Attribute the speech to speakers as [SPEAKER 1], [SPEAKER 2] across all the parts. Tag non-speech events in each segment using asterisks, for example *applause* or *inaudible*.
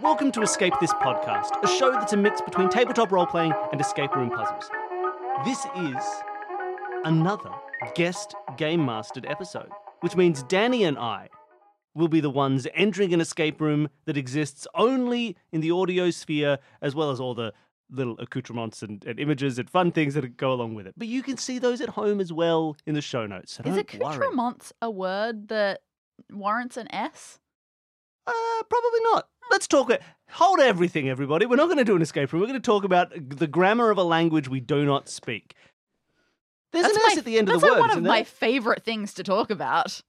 [SPEAKER 1] Welcome to Escape This Podcast, a show that's a mix between tabletop role playing and escape room puzzles. This is another guest game mastered episode, which means Danny and I will be the ones entering an escape room that exists only in the audio sphere, as well as all the little accoutrements and, and images and fun things that go along with it. But you can see those at home as well in the show notes. So
[SPEAKER 2] Is
[SPEAKER 1] don't worry.
[SPEAKER 2] accoutrements a word that warrants an S?
[SPEAKER 1] Uh, probably not. Let's talk. It. Hold everything, everybody. We're not going to do an escape room. We're going to talk about the grammar of a language we do not speak. There's an
[SPEAKER 2] my-
[SPEAKER 1] S at the end of
[SPEAKER 2] that's
[SPEAKER 1] the word,
[SPEAKER 2] like one of
[SPEAKER 1] isn't there?
[SPEAKER 2] my favorite things to talk about.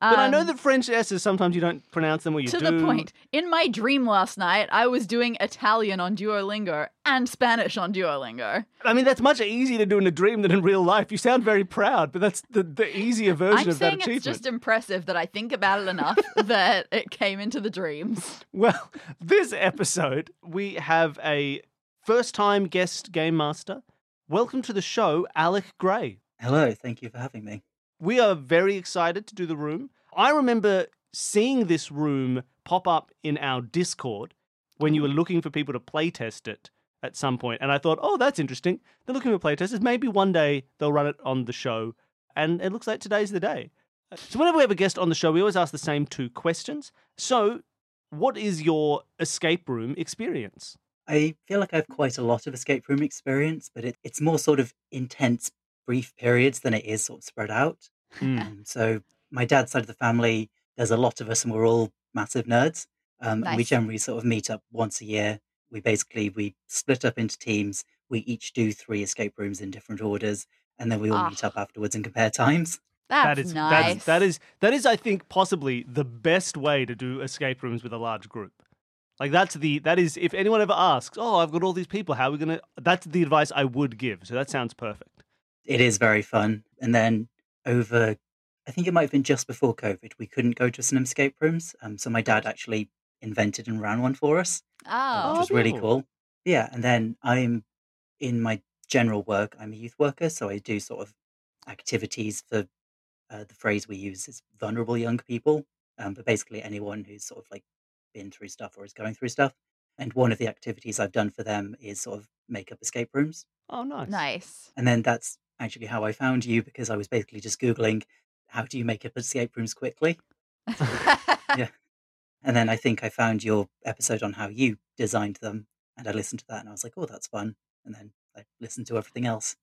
[SPEAKER 1] but I know
[SPEAKER 2] Um,
[SPEAKER 1] that French S's sometimes you don't pronounce them or you
[SPEAKER 2] to
[SPEAKER 1] do.
[SPEAKER 2] the point. In my dream last night, I was doing Italian on Duolingo and Spanish on Duolingo.
[SPEAKER 1] I mean, that's much easier to do in a dream than in real life. You sound very proud, but that's the, the easier version
[SPEAKER 2] I'm
[SPEAKER 1] of that
[SPEAKER 2] saying
[SPEAKER 1] achievement.
[SPEAKER 2] it's just impressive that I think about
[SPEAKER 1] *laughs*
[SPEAKER 2] it enough that it came into the dreams.
[SPEAKER 1] Well, *laughs* this episode, we have a first time guest game master. Welcome to the show, Alec Gray.
[SPEAKER 3] Hello, thank you for having me.
[SPEAKER 1] We are very excited to do the room. I remember seeing this room pop up in our Discord when you were looking for people to playtest it at some point, and I thought, oh, that's interesting. They're looking for playtesters. Maybe one day they'll run it on the show, and it looks like today's the day. So whenever we have a guest on the show, we always ask the same two questions. So, what is your escape room experience?
[SPEAKER 3] I feel like I have quite a lot of escape room experience, but it, it's more sort of intense, brief periods than it is sort of spread out. Um, so, my dad's side of the family, there's a lot of us, and we're all massive nerds. Um, and we
[SPEAKER 2] Nice.
[SPEAKER 3] generally sort of meet up once a year. We basically we split up into teams. We each do three escape rooms in different orders, and then we all meet
[SPEAKER 2] Ah.
[SPEAKER 3] up afterwards and compare *laughs* times.
[SPEAKER 2] That's
[SPEAKER 1] That is-
[SPEAKER 2] nice.
[SPEAKER 1] that is that is that is I think possibly the best way to do escape rooms with a large group. Like that's the that is if anyone ever asks, "Oh, I've got all these people, how are we going to That's the advice I would give. So that sounds perfect.
[SPEAKER 3] it is very fun. And then over, I think it might have been just before COVID, we couldn't go to some escape rooms. Um, so my dad actually invented and ran one for us, um,
[SPEAKER 2] oh,
[SPEAKER 3] which was really
[SPEAKER 1] cool.
[SPEAKER 3] cool. Yeah. And then I'm in my general work, I'm a youth worker. So I do sort of activities for uh, the phrase we use is vulnerable young people, um, but basically anyone who's sort of like been through stuff or is going through stuff. And one of the activities I've done for them is sort of make up escape rooms.
[SPEAKER 1] Oh, nice.
[SPEAKER 2] nice.
[SPEAKER 3] And then that's actually how I found you because I was basically just Googling how do you make up escape rooms quickly?
[SPEAKER 1] *laughs*
[SPEAKER 2] *laughs*
[SPEAKER 3] And then I think I found your episode on how you designed them. And I listened to that and I was like, oh, that's fun. And then I listened to everything else.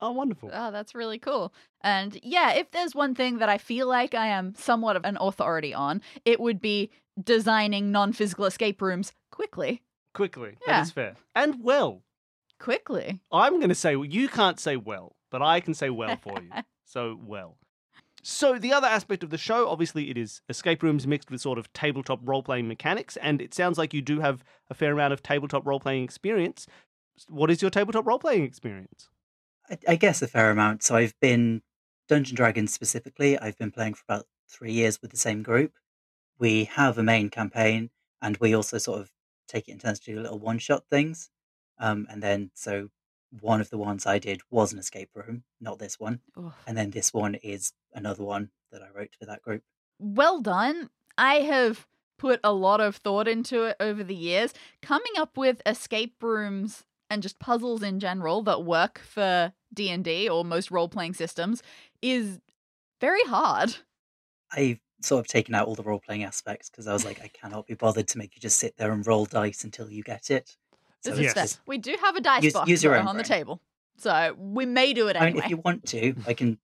[SPEAKER 1] Oh, wonderful.
[SPEAKER 2] Oh, that's really cool. And yeah, if there's one thing that I feel like I am somewhat of an authority on, it would be designing non physical escape rooms quickly.
[SPEAKER 1] Quickly. That
[SPEAKER 2] Yeah.
[SPEAKER 1] is fair. And well,
[SPEAKER 2] Quickly.
[SPEAKER 1] I'm going to say you can't say well, but I can say well for you. so well. So the other aspect of the show, obviously, it is escape rooms mixed with sort of tabletop role playing mechanics, and it sounds like you do have a fair amount of tabletop role playing experience. What is your tabletop role playing experience?
[SPEAKER 3] I, I guess a fair amount. So I've been Dungeon Dragons specifically. I've been playing for about three years with the same group. We have a main campaign, and we also sort of take it in turns to do little one-shot things. Um, and then, so one of the ones I did was an escape room, not this one.
[SPEAKER 2] Oof.
[SPEAKER 3] And then this one is another one that I wrote for that group.
[SPEAKER 2] Well done. I have put a lot of thought into it over the years. Coming up with escape rooms and just puzzles in general that work for D&D or most role-playing systems is very hard.
[SPEAKER 3] I've sort of taken out all the role-playing aspects because I
[SPEAKER 2] *laughs*
[SPEAKER 3] was like, I cannot be bothered to make you just sit there and roll dice until you get it.
[SPEAKER 2] This is
[SPEAKER 3] So
[SPEAKER 1] Yes.
[SPEAKER 3] it's
[SPEAKER 2] fair.
[SPEAKER 3] just-
[SPEAKER 2] We do have a dice
[SPEAKER 3] Use-
[SPEAKER 2] box
[SPEAKER 3] use your
[SPEAKER 2] though
[SPEAKER 3] own
[SPEAKER 2] on the
[SPEAKER 3] brain.
[SPEAKER 2] table. So we may do it
[SPEAKER 3] I mean,
[SPEAKER 2] anyway.
[SPEAKER 3] if you want to, I can,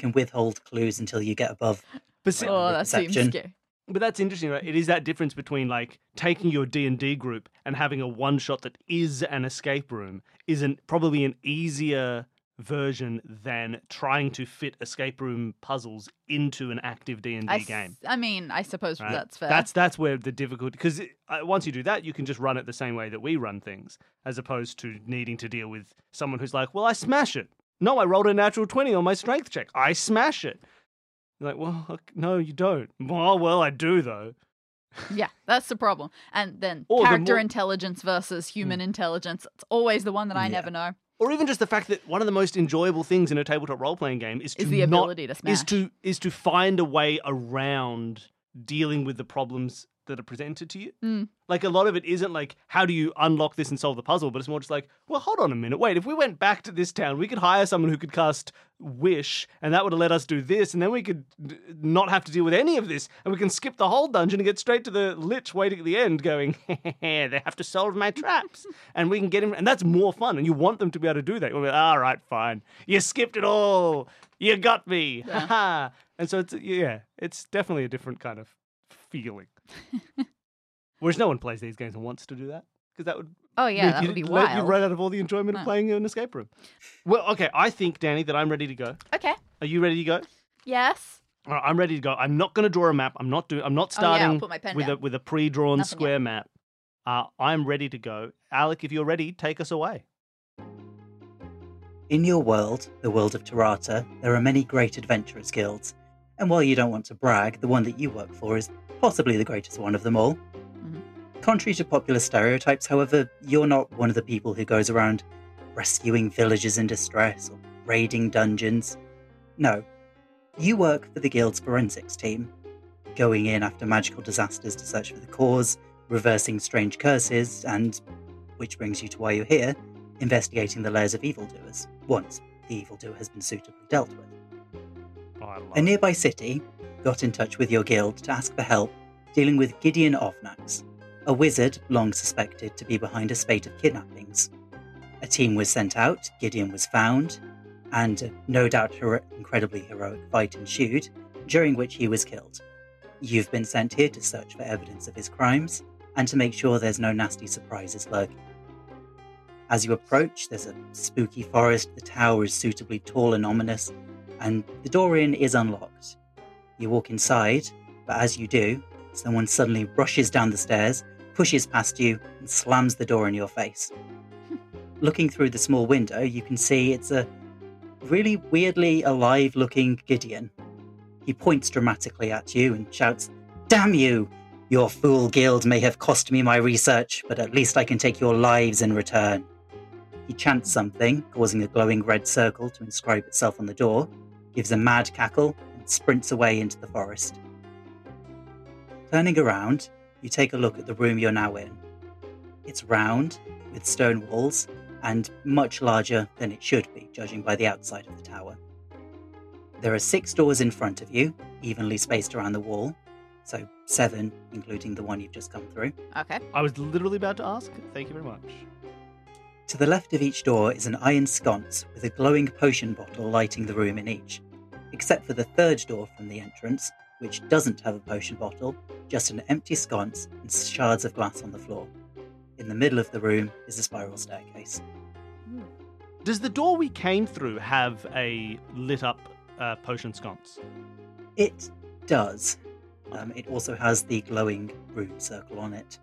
[SPEAKER 2] *laughs*
[SPEAKER 3] can withhold clues until you get above
[SPEAKER 1] But, see-
[SPEAKER 3] Yeah,
[SPEAKER 2] oh,
[SPEAKER 3] with
[SPEAKER 2] that seems
[SPEAKER 3] perception.
[SPEAKER 2] scary.
[SPEAKER 1] but that's interesting, right? It is that difference between like taking your D and D group and having a one shot that is an escape room is an, probably an easier version than trying to fit escape room puzzles into an active D and
[SPEAKER 2] I,
[SPEAKER 1] D
[SPEAKER 2] s-
[SPEAKER 1] game.
[SPEAKER 2] I mean, I suppose
[SPEAKER 1] right?
[SPEAKER 2] that's fair.
[SPEAKER 1] That's that's where the difficulty because once you do that, you can just run it the same way that we run things, as opposed to needing to deal with someone who's like, "Well, I smash it." No, I rolled a natural twenty on my strength check. I smash it. You're like, well, ok- no, you don't. Well, well, I do though.
[SPEAKER 2] *laughs* yeah, that's the problem. And then
[SPEAKER 1] Or the
[SPEAKER 2] character
[SPEAKER 1] more- Hmm.
[SPEAKER 2] intelligence versus human intelligence. It's always the one that I
[SPEAKER 3] Yeah.
[SPEAKER 2] never know.
[SPEAKER 1] Or even just the fact that one of the most enjoyable things in a tabletop role playing game is to
[SPEAKER 2] Is the
[SPEAKER 1] not
[SPEAKER 2] ability to smash.
[SPEAKER 1] is to is to find a way around dealing with the problems that are presented to you.
[SPEAKER 2] Mm.
[SPEAKER 1] Like a lot of it isn't like how do you unlock this and solve the puzzle, but it's more just like, well, hold on a minute, wait. If we went back to this town, we could hire someone who could cast wish, and that would have let us do this, and then we could d- not have to deal with any of this, and we can skip the whole dungeon and get straight to the lich waiting at the end, going, *laughs* they have to solve my traps, and we can get him, and that's more fun, and you want them to be able to do that. You're like, all right, fine, you skipped it all, you got me,
[SPEAKER 2] Yeah.
[SPEAKER 1] ha ha. And so it's yeah, it's definitely a different kind of feeling. Whereas no one plays these games and wants to do that because that would
[SPEAKER 2] Oh yeah,
[SPEAKER 1] you-
[SPEAKER 2] that
[SPEAKER 1] you
[SPEAKER 2] would be
[SPEAKER 1] let- You
[SPEAKER 2] wild.
[SPEAKER 1] run out of all the enjoyment of
[SPEAKER 2] No.
[SPEAKER 1] playing an escape room. Well, okay, I think Danny that I'm ready to go.
[SPEAKER 2] Okay.
[SPEAKER 1] Are you ready to go?
[SPEAKER 2] Yes.
[SPEAKER 1] All right, I'm ready to go. I'm not going to draw a map. I'm not doing. I'm not
[SPEAKER 2] Oh yeah,
[SPEAKER 1] starting
[SPEAKER 2] I'll put my pen
[SPEAKER 1] with
[SPEAKER 2] down.
[SPEAKER 1] a with a pre-drawn
[SPEAKER 2] Nothing
[SPEAKER 1] square map. Uh, I'm ready to go. Alec, if you're ready, take us away.
[SPEAKER 3] In your world, the world of Tarata, there are many great adventurers' guilds, and while you don't want to brag, the one that you work for is possibly the greatest one of them all.
[SPEAKER 2] Mhm.
[SPEAKER 3] Contrary to popular stereotypes, however, you're not one of the people who goes around rescuing villagers in distress or raiding dungeons. No, you work for the guild's forensics team, going in after magical disasters to search for the cause, reversing strange curses, and, which brings you to why you're here, investigating the lairs of evildoers once the evildoer has been suitably dealt with.
[SPEAKER 1] Oh, I love
[SPEAKER 3] A
[SPEAKER 1] it.
[SPEAKER 3] nearby city got in touch with your guild to ask for help dealing with Gideon Ovnax, a wizard long suspected to be behind a spate of kidnappings. A team was sent out, Gideon was found, and a no doubt hero- incredibly heroic fight ensued, during which he was killed. You've been sent here to search for evidence of his crimes and to make sure there's no nasty surprises lurking. As you approach, there's a spooky forest, the tower is suitably tall and ominous, and the door in is unlocked. You walk inside, but as you do, someone suddenly rushes down the stairs, pushes past you, and slams the door in your face. Looking through the small window, you can see it's a really weirdly alive looking Gideon. He points dramatically at you and shouts, Damn you! Your fool guild may have cost me my research, but at least I can take your lives in return. He chants something, causing a glowing red circle to inscribe itself on the door, gives a mad cackle, and sprints away into the forest. Turning around, you take a look at the room you're now in. It's round, with stone walls, and much larger than it should be, judging by the outside of the tower. There are six doors in front of you, evenly spaced around the wall, so seven, including the one you've just come through.
[SPEAKER 2] Okay.
[SPEAKER 1] I was literally about to ask. Thank you very much.
[SPEAKER 3] To the left of each door is an iron sconce with a glowing potion bottle lighting the room in each, except for the third door from the entrance, which doesn't have a potion bottle, just an empty sconce and shards of glass on the floor. In the middle of the room is a spiral staircase.
[SPEAKER 1] Does the door we came through have a lit up uh, potion sconce?
[SPEAKER 3] It does. Um, it also has the glowing rune circle on it.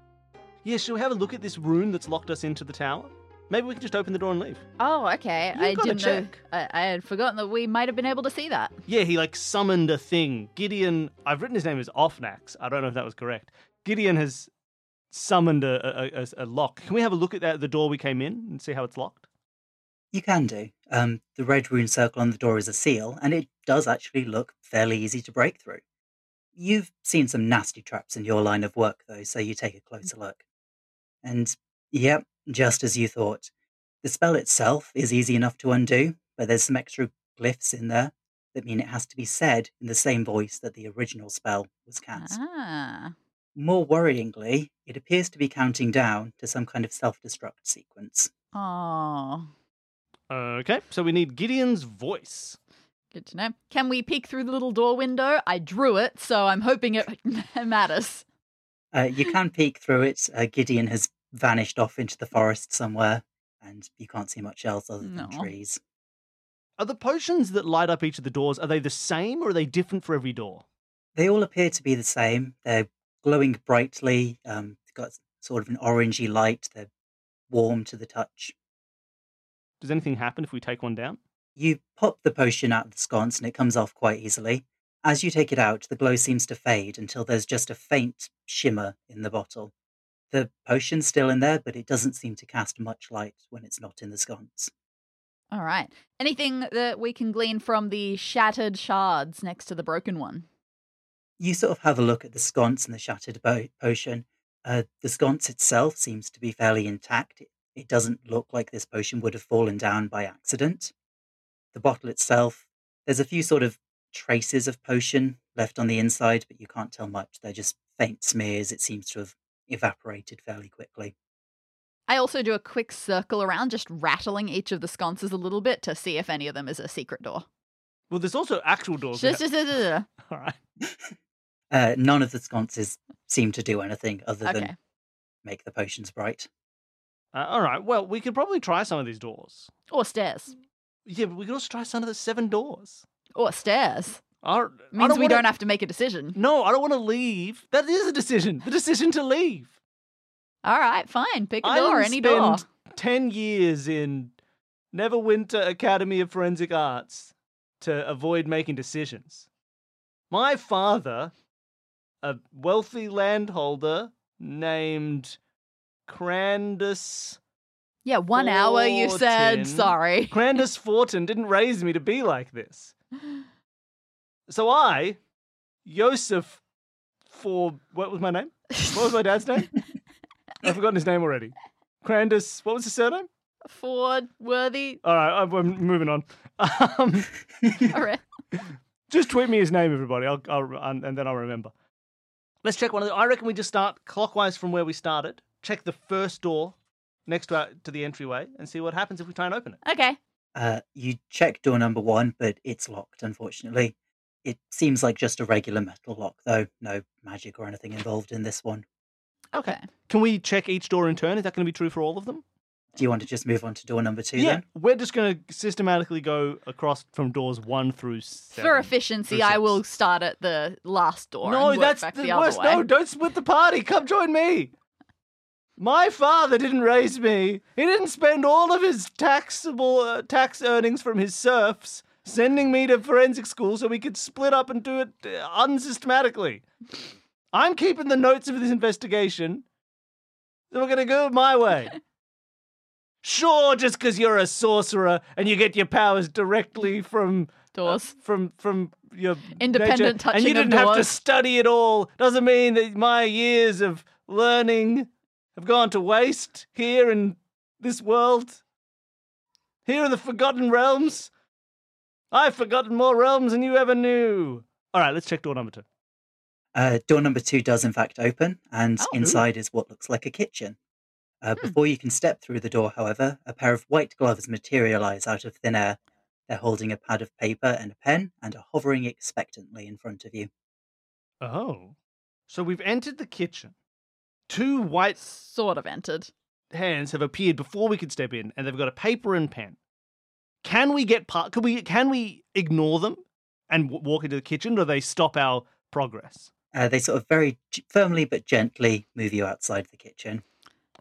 [SPEAKER 1] Yeah, shall we have a look at this room that's locked us into the tower? Maybe we can just open the door and leave.
[SPEAKER 2] Oh, okay.
[SPEAKER 1] You
[SPEAKER 2] I
[SPEAKER 1] gotta
[SPEAKER 2] didn't know.
[SPEAKER 1] check.
[SPEAKER 2] I, I had forgotten that we might have been able to see that.
[SPEAKER 1] Yeah, he like summoned a thing. Gideon, I've written his name as Ofnax. I don't know if that was correct. Gideon has summoned a, a, a, a lock. Can we have a look at that, the door we came in and see how it's locked?
[SPEAKER 3] You can do. Um, the red rune circle on the door is a seal, and it does actually look fairly easy to break through. You've seen some nasty traps in your line of work, though, so you take a closer look. And yep, just as you thought. The spell itself is easy enough to undo, but there's some extra glyphs in there that mean it has to be said in the same voice that the original spell was cast.
[SPEAKER 2] Ah.
[SPEAKER 3] More worryingly, it appears to be counting down to some kind of self destruct sequence.
[SPEAKER 2] Oh.
[SPEAKER 1] Okay, so we need Gideon's voice.
[SPEAKER 2] Good to know. Can we peek through the little door window? I drew it, so I'm hoping it *laughs* matters.
[SPEAKER 3] Uh, you can peek through it. Uh, Gideon has vanished off into the forest somewhere, and you can't see much else other than
[SPEAKER 2] No.
[SPEAKER 3] trees.
[SPEAKER 1] Are the potions that light up each of the doors, are they the same or are they different for every door?
[SPEAKER 3] They all appear to be the same. They're glowing brightly. Um, they've got sort of an orangey light. They're warm to the touch.
[SPEAKER 1] Does anything happen if we take one down?
[SPEAKER 3] You pop the potion out of the sconce, and it comes off quite easily. As you take it out, the glow seems to fade until there's just a faint shimmer in the bottle. The potion's still in there, but it doesn't seem to cast much light when it's not in the sconce.
[SPEAKER 2] All right. Anything that we can glean from the shattered shards next to the broken one?
[SPEAKER 3] you sort of have a look at the sconce and the shattered bo- potion. Uh, the sconce itself seems to be fairly intact. It, it doesn't look like this potion would have fallen down by accident. The bottle itself, there's a few sort of traces of potion left on the inside, but you can't tell much. They're just faint smears. It seems to have evaporated fairly quickly.
[SPEAKER 2] I also do a quick circle around, just rattling each of the sconces a little bit to see if any of them is a secret door.
[SPEAKER 1] Well, there's also actual doors.
[SPEAKER 2] Just-
[SPEAKER 1] there.
[SPEAKER 2] just- just-
[SPEAKER 1] *laughs*
[SPEAKER 2] just-
[SPEAKER 1] All right.
[SPEAKER 3] Uh, none of the sconces seem to do anything other
[SPEAKER 2] Okay.
[SPEAKER 3] than make the potions bright.
[SPEAKER 1] Uh, all right. Well, we could probably try some of these doors.
[SPEAKER 2] Or stairs.
[SPEAKER 1] Yeah, but we could also try some of the seven doors.
[SPEAKER 2] Or stairs.
[SPEAKER 1] I,
[SPEAKER 2] Means
[SPEAKER 1] I don't
[SPEAKER 2] we
[SPEAKER 1] wanna-
[SPEAKER 2] don't have to make a decision.
[SPEAKER 1] No, I don't want to leave. That is a decision. The decision to leave.
[SPEAKER 2] All right, fine. Pick a
[SPEAKER 1] I
[SPEAKER 2] door,
[SPEAKER 1] didn't
[SPEAKER 2] any
[SPEAKER 1] spend
[SPEAKER 2] door.
[SPEAKER 1] Ten years in Neverwinter Academy of Forensic Arts to avoid making decisions. My father, a wealthy landholder named Crandus
[SPEAKER 2] Yeah, one hour, you
[SPEAKER 1] Fortin.
[SPEAKER 2] said. Sorry.
[SPEAKER 1] Crandus Fortin, didn't raise me to be like this. So I, Joseph, for what was my name? What
[SPEAKER 2] *laughs*
[SPEAKER 1] was my dad's name? I've forgotten his name already. Crandus, what was his surname?
[SPEAKER 2] Ford, Worthy.
[SPEAKER 1] All right, I'm, I'm moving on. *laughs* Um,
[SPEAKER 2] All right.
[SPEAKER 1] just tweet me his name, everybody. I'll, I'll and, and then I'll remember. Let's check one of the. I reckon we just start clockwise from where we started. Check the first door next to our, to the entryway and see what happens if we try and open it.
[SPEAKER 2] Okay.
[SPEAKER 3] Uh, you check door number one, but it's locked, unfortunately. It seems like just a regular metal lock, though. No magic or anything involved in this one.
[SPEAKER 1] Okay.
[SPEAKER 2] Okay.
[SPEAKER 1] Can we check each door in turn? Is that going to be true for all of them?
[SPEAKER 3] Do you want to just move on to door number two
[SPEAKER 1] yeah,
[SPEAKER 3] then?
[SPEAKER 1] we're just going to systematically go across from doors one through seven.
[SPEAKER 2] For efficiency,
[SPEAKER 1] through
[SPEAKER 2] I
[SPEAKER 1] six.
[SPEAKER 2] will start at the last door.
[SPEAKER 1] No,
[SPEAKER 2] and work
[SPEAKER 1] that's
[SPEAKER 2] back
[SPEAKER 1] the,
[SPEAKER 2] the,
[SPEAKER 1] worst.
[SPEAKER 2] Other way.
[SPEAKER 1] No, don't split the party. Come join me. My father didn't raise me. He didn't spend all of his taxable uh, tax earnings from his serfs sending me to forensic school so we could split up and do it uh, unsystematically. I'm keeping the notes of this investigation. So we're going to go my
[SPEAKER 2] *laughs*
[SPEAKER 1] way. Sure, just because you're a sorcerer and you get your powers directly from
[SPEAKER 2] Doors.
[SPEAKER 1] from from your
[SPEAKER 2] Independent
[SPEAKER 1] nature, and
[SPEAKER 2] touching
[SPEAKER 1] you
[SPEAKER 2] of
[SPEAKER 1] didn't have to
[SPEAKER 2] doors.
[SPEAKER 1] study at all doesn't mean that my years of learning have gone to waste here in this world here in the forgotten realms i've forgotten more realms than you ever knew all right let's check door number two
[SPEAKER 3] Uh, door number two does, in fact, open, and
[SPEAKER 2] Oh, ooh. Hmm.
[SPEAKER 3] inside is what looks like a kitchen. Uh, Before you can step through the door, however, a pair of white gloves materialize out of thin air. They're holding a pad of paper and a pen and are hovering expectantly in front of you.
[SPEAKER 1] oh so we've entered the kitchen two white
[SPEAKER 2] Sort of entered.
[SPEAKER 1] hands have appeared before we could step in and they've got a paper and pen can we get part can we can we ignore them and w- walk into the kitchen or they stop our progress
[SPEAKER 3] Uh, they sort of very g- firmly but gently move you outside the kitchen.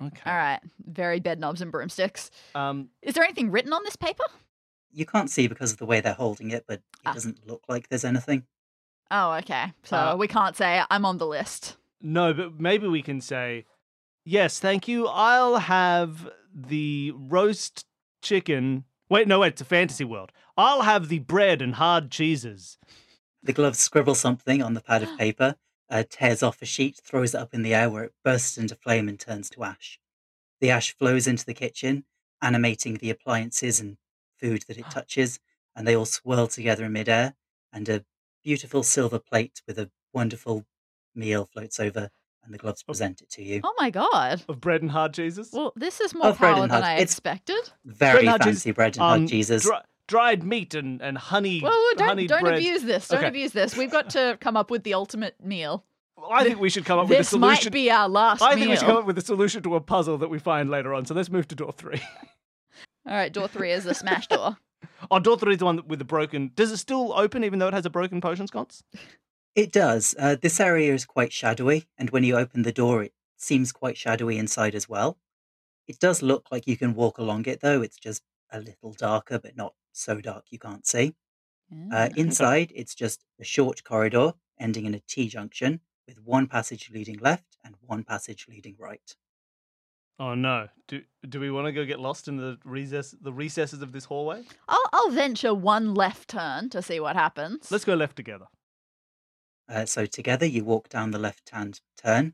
[SPEAKER 1] okay
[SPEAKER 2] All right. Very bed knobs and broomsticks.
[SPEAKER 1] um
[SPEAKER 2] Is there anything written on this paper?
[SPEAKER 3] You can't see because of the way they're holding it, but it
[SPEAKER 2] Ah.
[SPEAKER 3] doesn't look like there's anything.
[SPEAKER 2] Oh, okay. So
[SPEAKER 1] Uh,
[SPEAKER 2] we can't say I'm on the list.
[SPEAKER 1] no but maybe we can say yes thank you i'll have the roast chicken wait no wait it's a fantasy world i'll have the bread and hard cheeses
[SPEAKER 3] The gloves scribble something on the
[SPEAKER 2] *gasps*
[SPEAKER 3] pad of paper, uh, tears off a sheet, throws it up in the air where it bursts into flame and turns to ash. The ash flows into the kitchen, animating the appliances and food that
[SPEAKER 2] *gasps*
[SPEAKER 3] it touches, and they all swirl together in midair, and a beautiful silver plate with a wonderful meal floats over, and the gloves
[SPEAKER 1] Oh.
[SPEAKER 3] present it to you.
[SPEAKER 2] Oh my god.
[SPEAKER 1] of bread and hard cheeses
[SPEAKER 2] Well, this is more
[SPEAKER 3] Oh, Fred
[SPEAKER 2] power
[SPEAKER 3] and
[SPEAKER 2] than
[SPEAKER 3] Hutch.
[SPEAKER 2] I
[SPEAKER 3] It's-
[SPEAKER 2] expected.
[SPEAKER 3] Very
[SPEAKER 1] and hard cheese-
[SPEAKER 3] fancy bread and hard
[SPEAKER 1] um,
[SPEAKER 3] cheeses.
[SPEAKER 1] Dri- dried meat and and honey
[SPEAKER 2] Whoa, whoa, don't
[SPEAKER 1] honey
[SPEAKER 2] don't
[SPEAKER 1] bread.
[SPEAKER 2] abuse this. Don't
[SPEAKER 1] Okay.
[SPEAKER 2] abuse this. We've got to come up with the ultimate meal.
[SPEAKER 1] i think we should come up with a
[SPEAKER 2] this
[SPEAKER 1] solution
[SPEAKER 2] might be our last
[SPEAKER 1] I
[SPEAKER 2] meal.
[SPEAKER 1] think we should come up with a solution to a puzzle that we find later on. So let's move to door three.
[SPEAKER 2] All right, door three is the smash door.
[SPEAKER 1] *laughs* Oh, door three is the one with the broken. Does it still open even though it has a broken potion sconce?
[SPEAKER 3] It does. Uh, this area is quite shadowy, and when you open the door, it seems quite shadowy inside as well. It does look like you can walk along it, though. It's just a little darker, but not so dark you can't see.
[SPEAKER 2] Ah,
[SPEAKER 3] Uh, inside, it's just a short corridor ending in a T junction with one passage leading left and one passage leading right.
[SPEAKER 1] Oh no. Do do we want to go get lost in the recess the recesses of this hallway?
[SPEAKER 2] I'll I'll venture one left turn to see what happens.
[SPEAKER 1] Let's go left together.
[SPEAKER 3] Uh, so together you walk down the left-hand turn.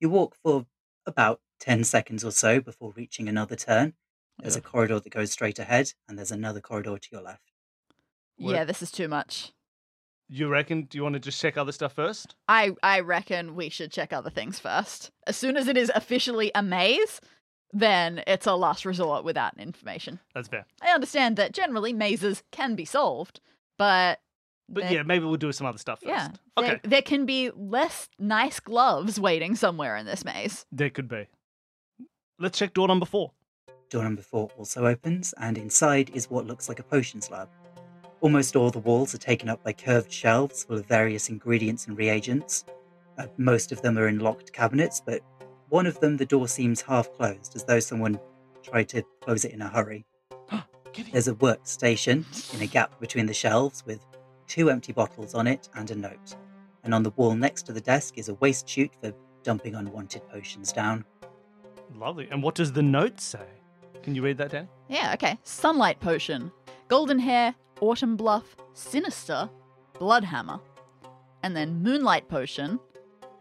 [SPEAKER 3] You walk for about 10 seconds or so before reaching another turn. There's a corridor that goes straight ahead, and there's another corridor to your left.
[SPEAKER 1] What-
[SPEAKER 2] Yeah, this is too much.
[SPEAKER 1] You reckon? Do you want to just check other stuff first?
[SPEAKER 2] I I reckon we should check other things first. As soon as it is officially a maze, then it's a last resort without information.
[SPEAKER 1] That's fair.
[SPEAKER 2] I understand that generally mazes can be solved, but
[SPEAKER 1] But
[SPEAKER 2] they-
[SPEAKER 1] yeah, maybe we'll do some other stuff first.
[SPEAKER 2] yeah,
[SPEAKER 1] Okay.
[SPEAKER 2] there, there can be less nice gloves waiting somewhere in this maze.
[SPEAKER 1] There could be. Let's check door number four.
[SPEAKER 3] Door number four also opens, and inside is what looks like a potions lab. Almost all the walls are taken up by curved shelves full of various ingredients and reagents. Uh, most of them are in locked cabinets, but one of them, the door seems half closed, as though someone tried to close it in a hurry.
[SPEAKER 1] Kitty.
[SPEAKER 3] There's a workstation in a gap between the shelves with two empty bottles on it and a note. And on the wall next to the desk is a waste chute for dumping unwanted potions down.
[SPEAKER 1] Lovely. And what does the note say? Can you read that, Danny?
[SPEAKER 2] Yeah, okay. Sunlight potion, golden hair, autumn bluff, sinister, bloodhammer, and then moonlight potion,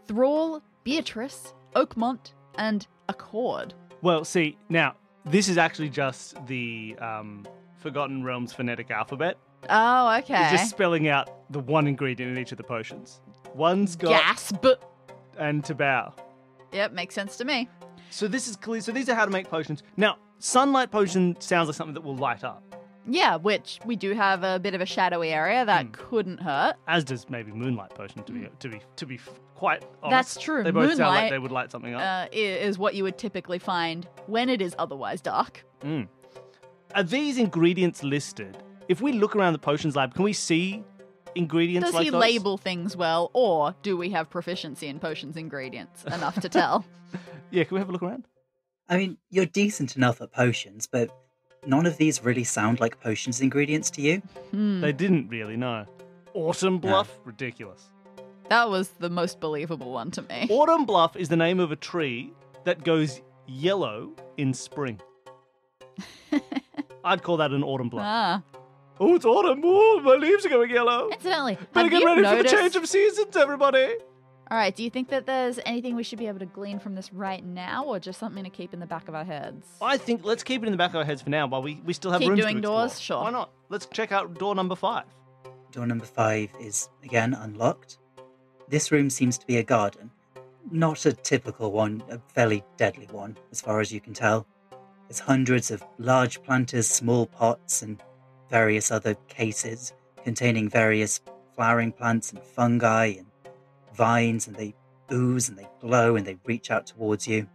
[SPEAKER 2] thrall, Beatrice, Oakmont, and accord.
[SPEAKER 1] Well, see, now, this is actually just the um, Forgotten Realms phonetic alphabet.
[SPEAKER 2] Oh, okay.
[SPEAKER 1] It's just spelling out the one ingredient in each of the potions. One's got
[SPEAKER 2] Gasp.
[SPEAKER 1] and tabao.
[SPEAKER 2] Yep, makes sense to me.
[SPEAKER 1] So this is clear. So these are how to make potions. Now, sunlight potion sounds like something that will light up,
[SPEAKER 2] Yeah, which we do have a bit of a shadowy area
[SPEAKER 1] Hmm.
[SPEAKER 2] that couldn't hurt.
[SPEAKER 1] as does maybe moonlight potion. To be to be to be f- quite honest,
[SPEAKER 2] Mm. That's true.
[SPEAKER 1] They both sound like
[SPEAKER 2] Moonlight-
[SPEAKER 1] they would light something up.
[SPEAKER 2] Uh, i- is what you would typically find when it is otherwise dark.
[SPEAKER 1] Mm.
[SPEAKER 2] uh,
[SPEAKER 1] Are these ingredients listed? If we look around the potions lab, can we see ingredients
[SPEAKER 2] Does
[SPEAKER 1] like
[SPEAKER 2] he
[SPEAKER 1] those?
[SPEAKER 2] label things well, or do we have proficiency in potions ingredients enough to
[SPEAKER 1] *laughs*
[SPEAKER 2] tell?
[SPEAKER 1] Yeah, can we have a look around?
[SPEAKER 3] I mean, you're decent enough at potions, but none of these really sound like potions ingredients to you.
[SPEAKER 2] Hmm.
[SPEAKER 1] They didn't really know. Autumn Bluff, ridiculous.
[SPEAKER 2] That was the most believable one to me.
[SPEAKER 1] Autumn Bluff is the name of a tree that goes yellow in
[SPEAKER 2] *laughs*
[SPEAKER 1] spring. I'd call that an autumn bluff.
[SPEAKER 2] Ah.
[SPEAKER 1] Oh, it's autumn. Ooh, my leaves are going yellow.
[SPEAKER 2] Incidentally,
[SPEAKER 1] Better
[SPEAKER 2] have
[SPEAKER 1] get
[SPEAKER 2] you
[SPEAKER 1] ready
[SPEAKER 2] noticed...
[SPEAKER 1] for the change of seasons, everybody.
[SPEAKER 2] All right, do you think that there's anything we should be able to glean from this right now, or just something to keep in the back of our heads?
[SPEAKER 1] I think let's keep it in the back of our heads for now while we, we still have
[SPEAKER 2] Keep
[SPEAKER 1] rooms
[SPEAKER 2] doing
[SPEAKER 1] to explore.
[SPEAKER 2] doors? Sure.
[SPEAKER 1] Why not? Let's check out door number five.
[SPEAKER 3] Door number five is again unlocked. This room seems to be a garden. Not a typical one, a fairly deadly one, as far as you can tell. There's hundreds of large planters, small pots, and various other cases containing various flowering plants and fungi and vines, and they ooze and they glow and they reach out towards you.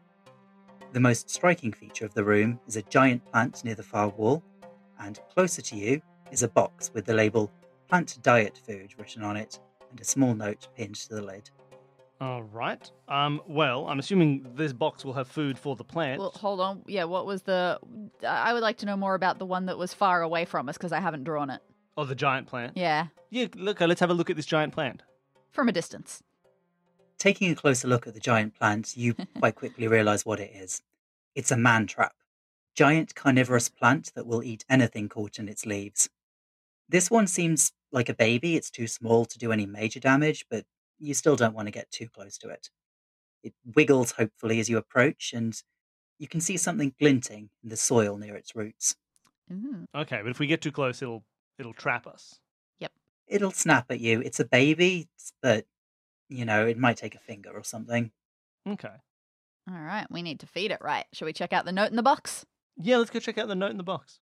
[SPEAKER 3] The most striking feature of the room is a giant plant near the far wall, and closer to you is a box with the label plant diet food written on it and a small note pinned to the lid.
[SPEAKER 1] All right. Um. Well, I'm assuming this box will have food for the plant.
[SPEAKER 2] Well, hold on. Yeah, what was the? I would like to know more about the one that was far away from us because I haven't drawn it.
[SPEAKER 1] or the giant plant.
[SPEAKER 2] Yeah,
[SPEAKER 1] Yeah. Look, uh, let's have a look at this giant plant.
[SPEAKER 2] from a distance.
[SPEAKER 3] Taking a closer look at the giant plant, you quite quickly realize what it is. It's a man trap, giant carnivorous plant that will eat anything caught in its leaves. This one seems like a baby, it's too small to do any major damage, but you still don't want to get too close to it. It wiggles hopefully as you approach, and you can see something glinting in the soil near its roots.
[SPEAKER 2] Mm.
[SPEAKER 1] Okay, but if we get too close, it'll it'll trap us.
[SPEAKER 3] It'll snap at you. It's a baby, but you know, it might take a finger or something.
[SPEAKER 1] Okay.
[SPEAKER 2] All right, we need to feed it right. Shall we check out the note in the box?
[SPEAKER 1] Yeah. Let's go check out the note in the box.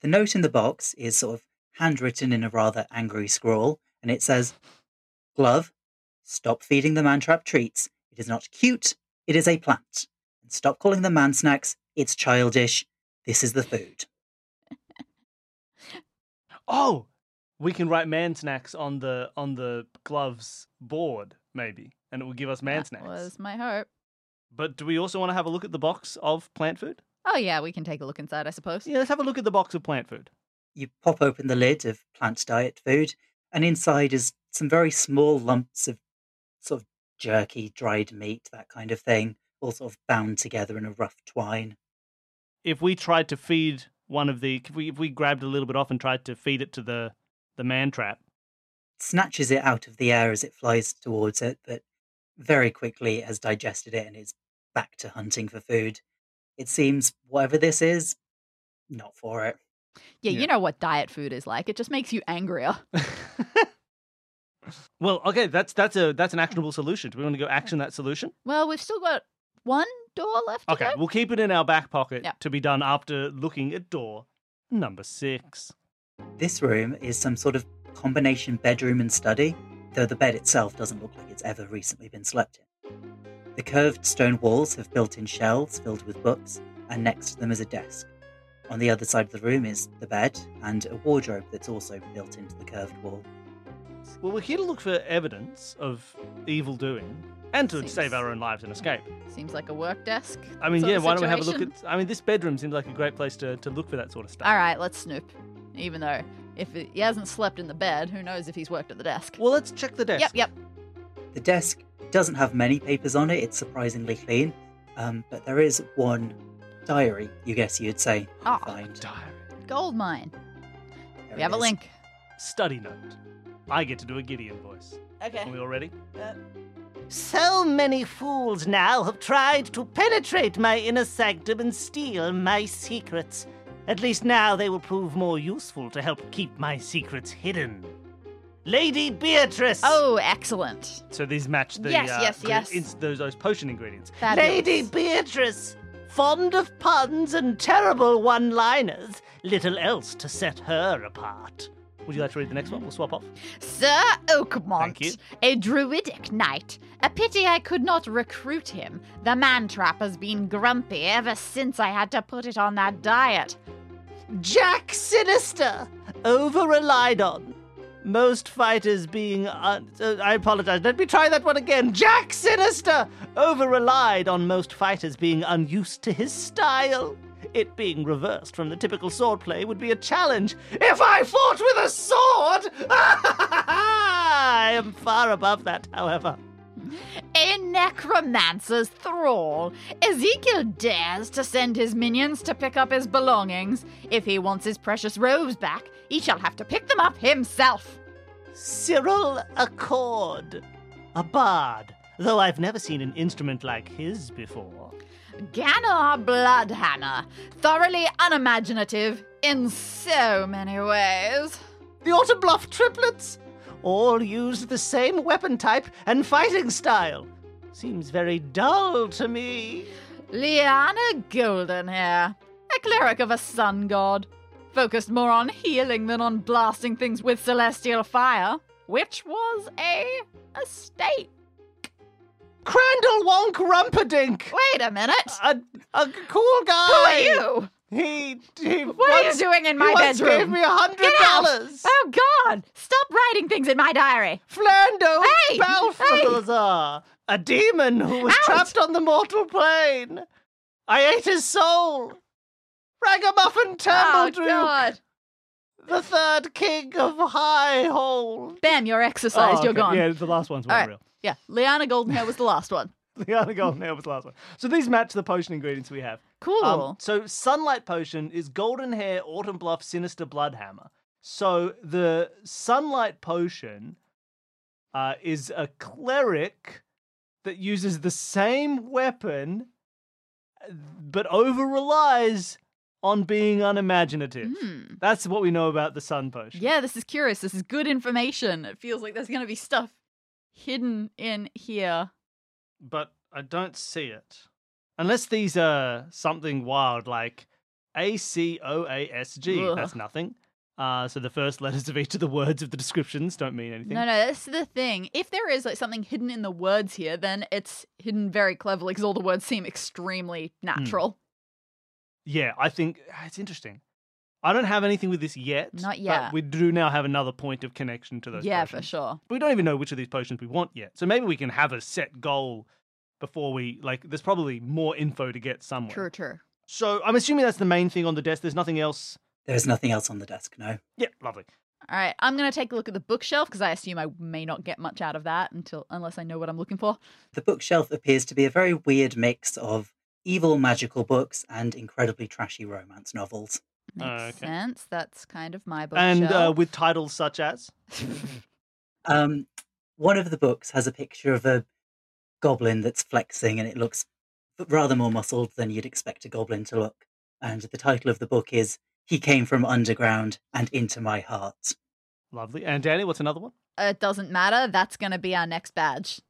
[SPEAKER 3] The note in the box is sort of handwritten in a rather angry scrawl, and it says, Glove, stop feeding the man trap treats. It is not cute, it is a plant. And stop calling them man snacks, it's childish. This is the food.
[SPEAKER 1] Oh, we can write man snacks on the on the gloves board maybe, and it will give us man
[SPEAKER 2] that
[SPEAKER 1] snacks.
[SPEAKER 2] was my hope.
[SPEAKER 1] But do we also want to have a look at the box of plant food?
[SPEAKER 2] Oh yeah, we can take a look inside, I suppose.
[SPEAKER 1] Yeah, let's have a look at the box of plant food.
[SPEAKER 3] You pop open the lid of plant diet food, and inside is some very small lumps of sort of jerky, dried meat, that kind of thing, all sort of bound together in a rough twine.
[SPEAKER 1] If we tried to feed *laughs* one of the, if we if we grabbed a little bit off and tried to feed it to the the man trap,
[SPEAKER 3] snatches it out of the air as it flies towards it, but very quickly has digested it and is back to hunting for food. It seems whatever this is, not for it.
[SPEAKER 2] Yeah,
[SPEAKER 1] Yeah.
[SPEAKER 2] you know what diet food is like. It just makes you angrier.
[SPEAKER 1] well, okay, that's that's a that's an actionable solution. Do we want to go action that solution?
[SPEAKER 2] Well, we've still got one door left. to
[SPEAKER 1] Okay,
[SPEAKER 2] go.
[SPEAKER 1] we'll keep it in our back pocket
[SPEAKER 2] Yeah.
[SPEAKER 1] to be done after looking at door number six.
[SPEAKER 3] This room is some sort of combination bedroom and study, though the bed itself doesn't look like it's ever recently been slept in. The curved stone walls have built in shelves filled with books, and next to them is a desk. On the other side of the room is the bed and a wardrobe that's also built into the curved wall.
[SPEAKER 1] Well, we're here to look for evidence of evil doing and to
[SPEAKER 2] Seems-
[SPEAKER 1] save our own lives and escape.
[SPEAKER 2] Seems like a work desk.
[SPEAKER 1] I mean,
[SPEAKER 2] sort
[SPEAKER 1] yeah,
[SPEAKER 2] of
[SPEAKER 1] why don't we have a look
[SPEAKER 2] situation.
[SPEAKER 1] at? I mean, this bedroom seems like a great place to, to look for that sort of stuff.
[SPEAKER 2] All right, let's snoop. Even though if he hasn't slept in the bed, who knows if he's worked at the desk?
[SPEAKER 1] Well, let's check the desk.
[SPEAKER 2] Yep, yep.
[SPEAKER 3] The desk doesn't have many papers on it, it's surprisingly clean, um, but there is one diary, you guess you'd say. you
[SPEAKER 2] Ah,
[SPEAKER 3] find.
[SPEAKER 1] Diary.
[SPEAKER 2] Gold mine.
[SPEAKER 3] There
[SPEAKER 2] We
[SPEAKER 3] it
[SPEAKER 2] have a
[SPEAKER 3] is.
[SPEAKER 2] link.
[SPEAKER 1] Study note. I get to do a Gideon voice. Are
[SPEAKER 2] Okay.
[SPEAKER 1] we all ready?
[SPEAKER 2] Uh,
[SPEAKER 4] So many fools now have tried to penetrate my inner sanctum and steal my secrets. At least now they will prove more useful to help keep my secrets hidden. Lady Beatrice!
[SPEAKER 2] Oh, excellent.
[SPEAKER 1] So these match the
[SPEAKER 2] Yes,
[SPEAKER 1] uh,
[SPEAKER 2] yes,
[SPEAKER 1] the
[SPEAKER 2] yes.
[SPEAKER 1] ins- those those potion ingredients.
[SPEAKER 2] Fabulous.
[SPEAKER 4] Lady Beatrice! Fond of puns and terrible one liners, little else to set her apart.
[SPEAKER 1] Would you like to read the next one? We'll swap off.
[SPEAKER 2] Sir Oakmont,
[SPEAKER 1] Thank you.
[SPEAKER 2] a druidic knight. A pity I could not recruit him. The man trap has been grumpy ever since I had to put it on that diet.
[SPEAKER 4] Jack Sinister, over relied on. Most fighters being. Un- uh, I apologize. Let me try that one again. Jack Sinister, over relied on most fighters being unused to his style. It being reversed from the typical swordplay would be a challenge. If I fought with a sword! *laughs* I am far above that, however.
[SPEAKER 2] A necromancer's thrall. Ezekiel dares to send his minions to pick up his belongings. If he wants his precious robes back, he shall have to pick them up himself.
[SPEAKER 4] Cyril Accord, a bard, though I've never seen an instrument like his before.
[SPEAKER 2] Ganar Bloodhammer, thoroughly unimaginative in so many ways.
[SPEAKER 4] The Autobluff triplets? All use the same weapon type and fighting style. Seems very dull to me.
[SPEAKER 2] Liana Goldenhair, a cleric of a sun god, focused more on healing than on blasting things with celestial fire, which was a mistake.
[SPEAKER 4] Crandall Wonk Rumperdink!
[SPEAKER 2] Wait a minute.
[SPEAKER 4] A, a cool guy!
[SPEAKER 2] Who are you?
[SPEAKER 4] He, he
[SPEAKER 2] What are you
[SPEAKER 4] once-
[SPEAKER 2] doing in
[SPEAKER 4] he
[SPEAKER 2] my
[SPEAKER 4] once
[SPEAKER 2] bedroom?
[SPEAKER 4] gave me a hundred
[SPEAKER 2] Get out.
[SPEAKER 4] dollars!
[SPEAKER 2] Oh God! Stop writing things in my diary.
[SPEAKER 4] Flando
[SPEAKER 2] Hey! Oh,
[SPEAKER 4] Balthazar! A demon who was
[SPEAKER 2] Out.
[SPEAKER 4] trapped on the mortal plane! I ate his soul! Ragamuffin
[SPEAKER 2] Oh
[SPEAKER 4] Turnbull
[SPEAKER 2] God!
[SPEAKER 4] the third king of High Hole!
[SPEAKER 2] Ben, you're exercised.
[SPEAKER 1] Oh,
[SPEAKER 2] You're
[SPEAKER 1] okay.
[SPEAKER 2] gone. Yeah.
[SPEAKER 1] Yeah, the last one's
[SPEAKER 2] All
[SPEAKER 1] more
[SPEAKER 2] right.
[SPEAKER 1] real. *laughs*
[SPEAKER 2] Liana Goldenhair was the last one.
[SPEAKER 1] The other golden hair was the last one. So these match the potion ingredients we have.
[SPEAKER 2] *laughs* Cool.
[SPEAKER 1] Um, so sunlight potion is golden hair, autumn bluff, sinister bloodhammer. So the sunlight potion uh, is a cleric that uses the same weapon, but over relies on being unimaginative.
[SPEAKER 2] Hmm.
[SPEAKER 1] That's what we know about the sun potion.
[SPEAKER 2] Yeah, this is curious. This is good information. It feels like there's going to be stuff hidden in here.
[SPEAKER 1] but I don't see it. Unless these are something wild like A C O A S G.
[SPEAKER 2] Ugh.
[SPEAKER 1] That's nothing. Uh, so the first letters of each of the words of the descriptions don't mean anything.
[SPEAKER 2] No, no, that's the thing. If there is like something hidden in the words here, then it's hidden very cleverly because all the words seem extremely natural.
[SPEAKER 1] Yeah, I think ah, it's interesting. I don't have anything with this yet.
[SPEAKER 2] Not
[SPEAKER 1] but
[SPEAKER 2] yet.
[SPEAKER 1] we do now have another point of connection to those.
[SPEAKER 2] yeah,
[SPEAKER 1] potions.
[SPEAKER 2] for sure.
[SPEAKER 1] We don't even know which of these potions we want yet. So maybe we can have a set goal before we like. There's probably more info to get somewhere.
[SPEAKER 2] True, true.
[SPEAKER 1] So I'm assuming that's the main thing on the desk. There's nothing else.
[SPEAKER 3] There's nothing else on the desk, no.
[SPEAKER 1] Yeah, lovely.
[SPEAKER 2] All right, I'm going to take a look at the bookshelf because I assume I may not get much out of that until unless I know what I'm looking for.
[SPEAKER 3] The bookshelf appears to be a very weird mix of evil magical books and incredibly trashy romance novels.
[SPEAKER 2] Makes
[SPEAKER 1] Okay. uh,
[SPEAKER 2] sense. That's kind of my bookshelf.
[SPEAKER 1] and uh, with titles such as
[SPEAKER 3] Um, one of the books has a picture of a goblin that's flexing, and it looks rather more muscled than you'd expect a goblin to look. And the title of the book is "He Came from Underground and Into My Heart."
[SPEAKER 1] Lovely. And Danny, what's another one? *laughs*
[SPEAKER 2] It doesn't matter. That's going to be our next badge.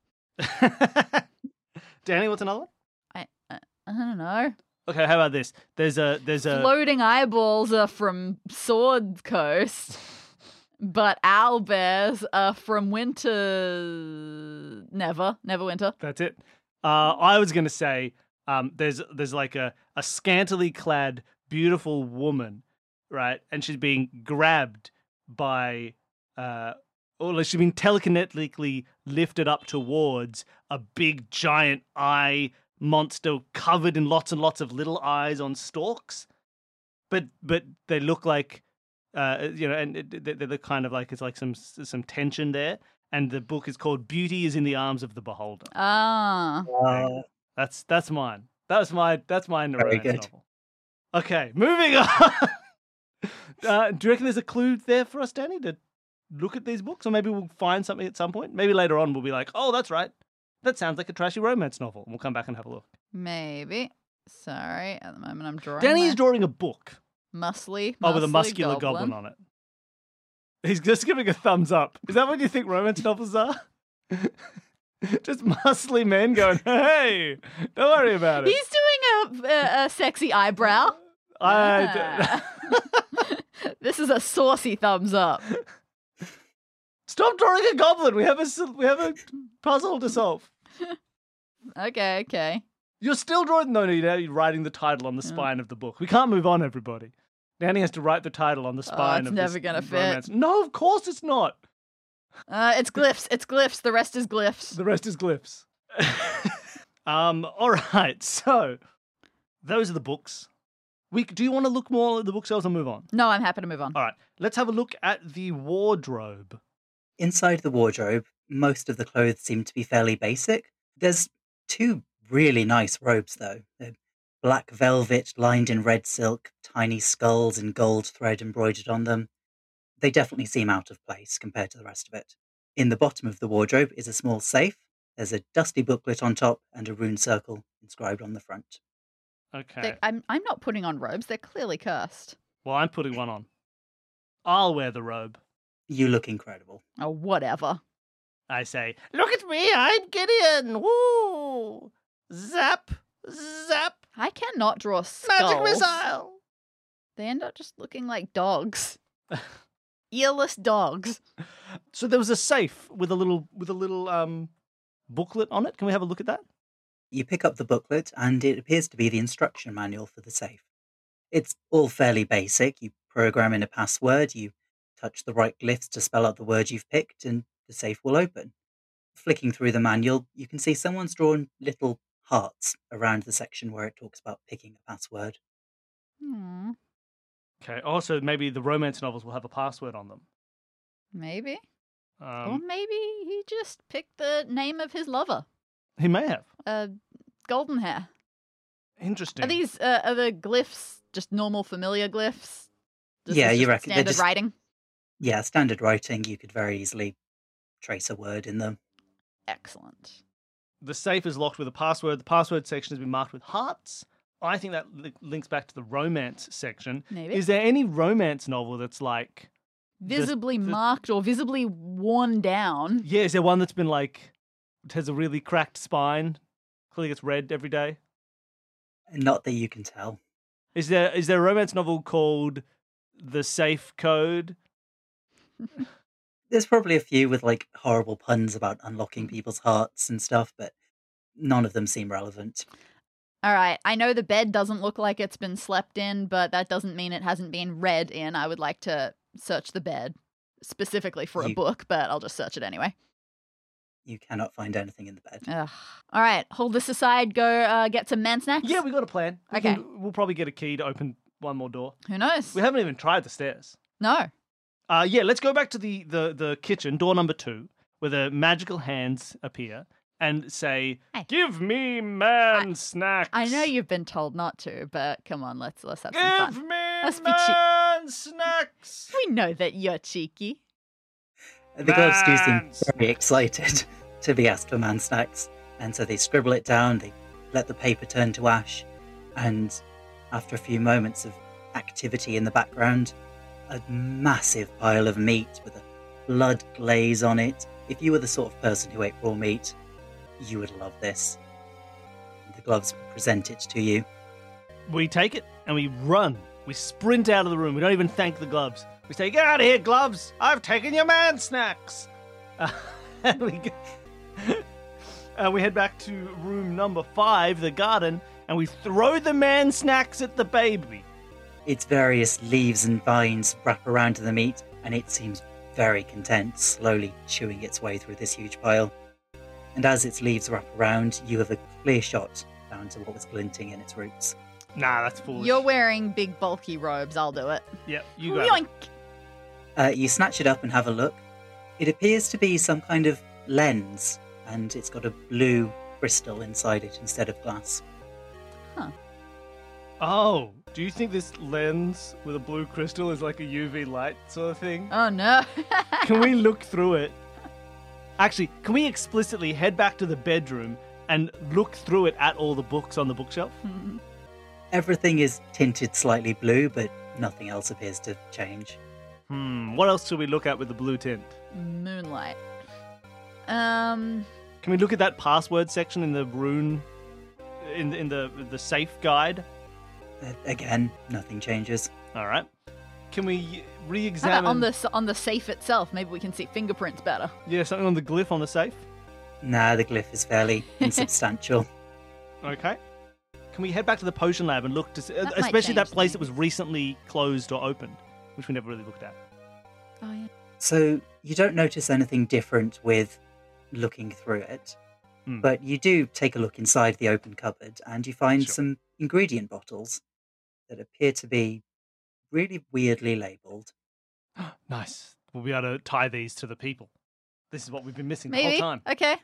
[SPEAKER 1] Danny, what's another one?
[SPEAKER 2] I don't know.
[SPEAKER 1] Okay, how about this? There's a there's a
[SPEAKER 2] Floating eyeballs are from Sword Coast, but owl bears are from Winter. Never, never winter.
[SPEAKER 1] That's it. Uh, I was gonna say um, there's there's like a, a scantily clad beautiful woman, right? And she's being grabbed by uh, or like she's being telekinetically lifted up towards a big giant eye monster covered in lots and lots of little eyes on stalks, but but they look like. Uh, you know, and it- they- they're kind of like it's like some some tension there, and the book is called "Beauty is in the Arms of the Beholder."
[SPEAKER 2] Ah,
[SPEAKER 3] Uh,
[SPEAKER 1] That's that's mine. That was my that's my
[SPEAKER 3] Very
[SPEAKER 1] romance
[SPEAKER 3] good.
[SPEAKER 1] novel. Okay, moving *laughs* on. uh, do you reckon there's a clue there for us, Danny, to look at these books, or maybe we'll find something at some point? Maybe later on we'll be like, oh, that's right. That sounds like a trashy romance novel. And we'll come back and have a look.
[SPEAKER 2] maybe. Sorry, at the moment I'm drawing.
[SPEAKER 1] Danny
[SPEAKER 2] my
[SPEAKER 1] is drawing a book.
[SPEAKER 2] muscly,
[SPEAKER 1] Oh, with a
[SPEAKER 2] muscly
[SPEAKER 1] muscular goblin. on it. He's just giving a thumbs up. Is that what you think romance novels are? *laughs* just muscly men going, hey, don't worry about
[SPEAKER 2] *laughs*
[SPEAKER 1] it.
[SPEAKER 2] He's doing a, a, a sexy eyebrow.
[SPEAKER 1] I,
[SPEAKER 2] Ah. *laughs* this is a saucy thumbs up.
[SPEAKER 1] Stop drawing a goblin. We have a s- we have a puzzle to solve.
[SPEAKER 2] Okay, okay.
[SPEAKER 1] You're still drawing. No, no, you're now writing the title on the
[SPEAKER 2] Yeah.
[SPEAKER 1] spine of the book. We can't move on, everybody. Nanny has to write the title on the spine
[SPEAKER 2] Oh, it's
[SPEAKER 1] of
[SPEAKER 2] never
[SPEAKER 1] this
[SPEAKER 2] gonna fit.
[SPEAKER 1] romance. No, of course it's not.
[SPEAKER 2] Uh, it's glyphs. It's glyphs. The rest is glyphs.
[SPEAKER 1] The rest is glyphs. *laughs* um. All right. So those are the books. We do you want to look more at the bookshelves and move on?
[SPEAKER 2] No, I'm happy to move on.
[SPEAKER 1] All right. Let's have a look at the wardrobe.
[SPEAKER 3] Inside the wardrobe, most of the clothes seem to be fairly basic. There's two really nice robes, though. They're black velvet lined in red silk, tiny skulls in gold thread embroidered on them. They definitely seem out of place compared to the rest of it. In the bottom of the wardrobe is a small safe. There's a dusty booklet on top and a rune circle inscribed on the front.
[SPEAKER 1] Okay.
[SPEAKER 2] They- I'm I'm not putting on robes. They're clearly cursed.
[SPEAKER 1] Well, I'm putting one on. I'll wear the robe.
[SPEAKER 3] You look incredible.
[SPEAKER 2] Oh, whatever.
[SPEAKER 1] I say, Look at me, I'm Gideon! Woo! Zap! Zap!
[SPEAKER 2] I cannot draw skulls.
[SPEAKER 1] Magic missile!
[SPEAKER 2] They end up just looking like
[SPEAKER 1] *laughs*
[SPEAKER 2] dogs. Earless dogs.
[SPEAKER 1] So there was a safe with a little with a little um booklet on it. Can we have a look at that?
[SPEAKER 3] You pick up the booklet, and it appears to be the instruction manual for the safe. It's all fairly basic. You program in a password, you touch the right glyphs to spell out the word you've picked, and the safe will open. Flicking through the manual, you can see someone's drawn little hearts around the section where it talks about picking a password.
[SPEAKER 2] Hmm,
[SPEAKER 1] Okay. Also, maybe the romance novels will have a password on them.
[SPEAKER 2] maybe. or
[SPEAKER 1] Um,
[SPEAKER 2] maybe he just picked the name of his lover.
[SPEAKER 1] he may have.
[SPEAKER 2] Uh, golden hair.
[SPEAKER 1] Interesting.
[SPEAKER 2] Are these uh, are the glyphs just normal familiar glyphs? This
[SPEAKER 3] Yeah,
[SPEAKER 2] is
[SPEAKER 3] you
[SPEAKER 2] just
[SPEAKER 3] reckon they're
[SPEAKER 2] standard
[SPEAKER 3] just-
[SPEAKER 2] writing.
[SPEAKER 3] Yeah, standard writing, you could very easily trace a word in them.
[SPEAKER 2] Excellent.
[SPEAKER 1] the safe is locked with a password. The password section has been marked with hearts. I think that li- links back to the romance section.
[SPEAKER 2] Maybe.
[SPEAKER 1] Is there any romance novel that's like
[SPEAKER 2] visibly
[SPEAKER 1] the-
[SPEAKER 2] marked or visibly worn down.
[SPEAKER 1] Yeah, is there one that's been like has a really cracked spine? Clearly gets read every day.
[SPEAKER 3] Not that you can tell.
[SPEAKER 1] Is there is there a romance novel called The Safe Code?
[SPEAKER 3] there's probably a few with like horrible puns about unlocking people's hearts and stuff, but none of them seem relevant.
[SPEAKER 2] All right, I know the bed doesn't look like it's been slept in, but that doesn't mean it hasn't been read in. I would like to search the bed specifically for a
[SPEAKER 3] You-
[SPEAKER 2] book, but I'll just search it anyway.
[SPEAKER 3] You cannot find anything in the bed.
[SPEAKER 2] Ugh. All right, hold this aside. Go uh, get some man snacks.
[SPEAKER 1] Yeah, we got a plan. We can-
[SPEAKER 2] Okay.
[SPEAKER 1] we'll probably get a key to open one more door.
[SPEAKER 2] Who knows?
[SPEAKER 1] We haven't even tried the stairs.
[SPEAKER 2] no.
[SPEAKER 1] Uh, yeah, let's go back to the, the, the kitchen, door number two, where the magical hands appear and say,
[SPEAKER 2] Hey.
[SPEAKER 1] Give me man snacks.
[SPEAKER 2] I know you've been told not to, but come on, let's let's have some
[SPEAKER 1] Give
[SPEAKER 2] fun.
[SPEAKER 1] me
[SPEAKER 2] Let's be cheap.
[SPEAKER 1] man snacks.
[SPEAKER 2] We know that you're cheeky.
[SPEAKER 3] The gloves do seem
[SPEAKER 5] Mans.
[SPEAKER 3] very excited *laughs* to be asked for man snacks, and so they scribble it down, they let the paper turn to ash, and after a few moments of activity in the background, a massive pile of meat with a blood glaze on it. If you were the sort of person who ate raw meat, you would love this. The gloves present it to you.
[SPEAKER 1] We take it and we run. We sprint out of the room. We don't even thank the gloves. We say, "Get out of here, gloves! I've taken your man snacks." *laughs* Uh, and we go, *laughs* and we head back to room number five, the garden, and we throw the man snacks at the baby.
[SPEAKER 3] Its various leaves and vines wrap around the meat, and it seems very content, slowly chewing its way through this huge pile. And as its leaves wrap around, you have a clear shot down to what was glinting in its roots.
[SPEAKER 1] Nah, that's foolish.
[SPEAKER 2] You're wearing big bulky robes. I'll do it.
[SPEAKER 1] Yep, you got it.
[SPEAKER 2] Yoink.
[SPEAKER 3] Uh, you snatch it up and have a look. It appears to be some kind of lens, and it's got a blue crystal inside it instead of glass.
[SPEAKER 1] Oh, do you think this lens with a blue crystal is like a UV light sort of thing?
[SPEAKER 2] Oh no. *laughs*
[SPEAKER 1] can we look through it? Actually, can we explicitly head back to the bedroom and look through it at all the books on the bookshelf?
[SPEAKER 3] Everything is tinted slightly blue, but nothing else appears to change.
[SPEAKER 1] Hmm, what else should we look at with the blue tint?
[SPEAKER 2] Moonlight. Um.
[SPEAKER 1] Can we look at that password section in the rune in in the the safe guide?
[SPEAKER 3] Uh, again, nothing changes.
[SPEAKER 1] All right. Can we
[SPEAKER 2] How
[SPEAKER 1] re-examine
[SPEAKER 2] about on the s- on the safe itself? Maybe we can see fingerprints better.
[SPEAKER 1] Yeah, something on the glyph on the safe.
[SPEAKER 3] Nah, the glyph is fairly insubstantial.
[SPEAKER 1] Okay. Can we head back to the potion lab and look to see,
[SPEAKER 2] That might
[SPEAKER 1] especially that
[SPEAKER 2] change
[SPEAKER 1] place that
[SPEAKER 2] things.
[SPEAKER 1] was recently closed or opened, which we never really looked at.
[SPEAKER 2] Oh yeah.
[SPEAKER 3] So you don't notice anything different with looking through it,
[SPEAKER 1] Hmm.
[SPEAKER 3] but you do take a look inside the open cupboard and you find
[SPEAKER 1] Sure.
[SPEAKER 3] some ingredient bottles that appear to be really weirdly labeled.
[SPEAKER 1] Nice. We'll be able to tie these to the people. This is what we've been missing the
[SPEAKER 2] Maybe.
[SPEAKER 1] whole time.
[SPEAKER 2] Okay.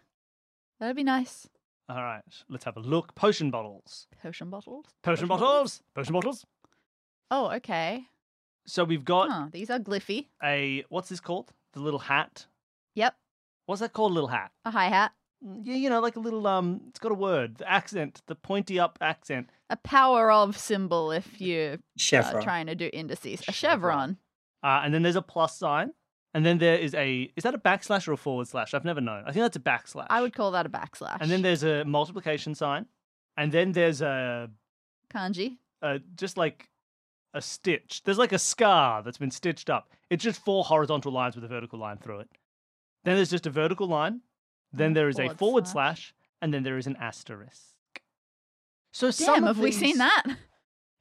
[SPEAKER 2] That'd be nice.
[SPEAKER 1] All right, let's have a look. Potion bottles.
[SPEAKER 2] Potion bottles.
[SPEAKER 1] Potion, bottles. Potion bottles.
[SPEAKER 2] Oh, okay.
[SPEAKER 1] So we've got
[SPEAKER 2] Huh, these are gliffy.
[SPEAKER 1] a what's this called? The little hat.
[SPEAKER 2] Yep.
[SPEAKER 1] What's that called? Little hat. Mm,
[SPEAKER 2] A hi hat.
[SPEAKER 1] Yeah, you know, like a little um. It's got a word. The accent. The pointy up accent.
[SPEAKER 2] A power of symbol if you're uh,
[SPEAKER 3] Chevron.
[SPEAKER 2] trying to do indices.
[SPEAKER 1] Chevron.
[SPEAKER 2] A chevron.
[SPEAKER 1] Uh, and then there's a plus sign. And then there is a. Is that a backslash or a forward slash? I've never known. I think that's a backslash.
[SPEAKER 2] I would call that a backslash.
[SPEAKER 1] And then there's a multiplication sign. And then there's a
[SPEAKER 2] kanji.
[SPEAKER 1] uh, just like a stitch. There's like a scar that's been stitched up. It's just four horizontal lines with a vertical line through it. Then there's just a vertical line. Then
[SPEAKER 2] And
[SPEAKER 1] there is a
[SPEAKER 2] forward
[SPEAKER 1] forward slash.
[SPEAKER 2] slash.
[SPEAKER 1] and then there is an asterisk. So some
[SPEAKER 2] Damn,
[SPEAKER 1] of
[SPEAKER 2] have we seen
[SPEAKER 1] these-
[SPEAKER 2] that?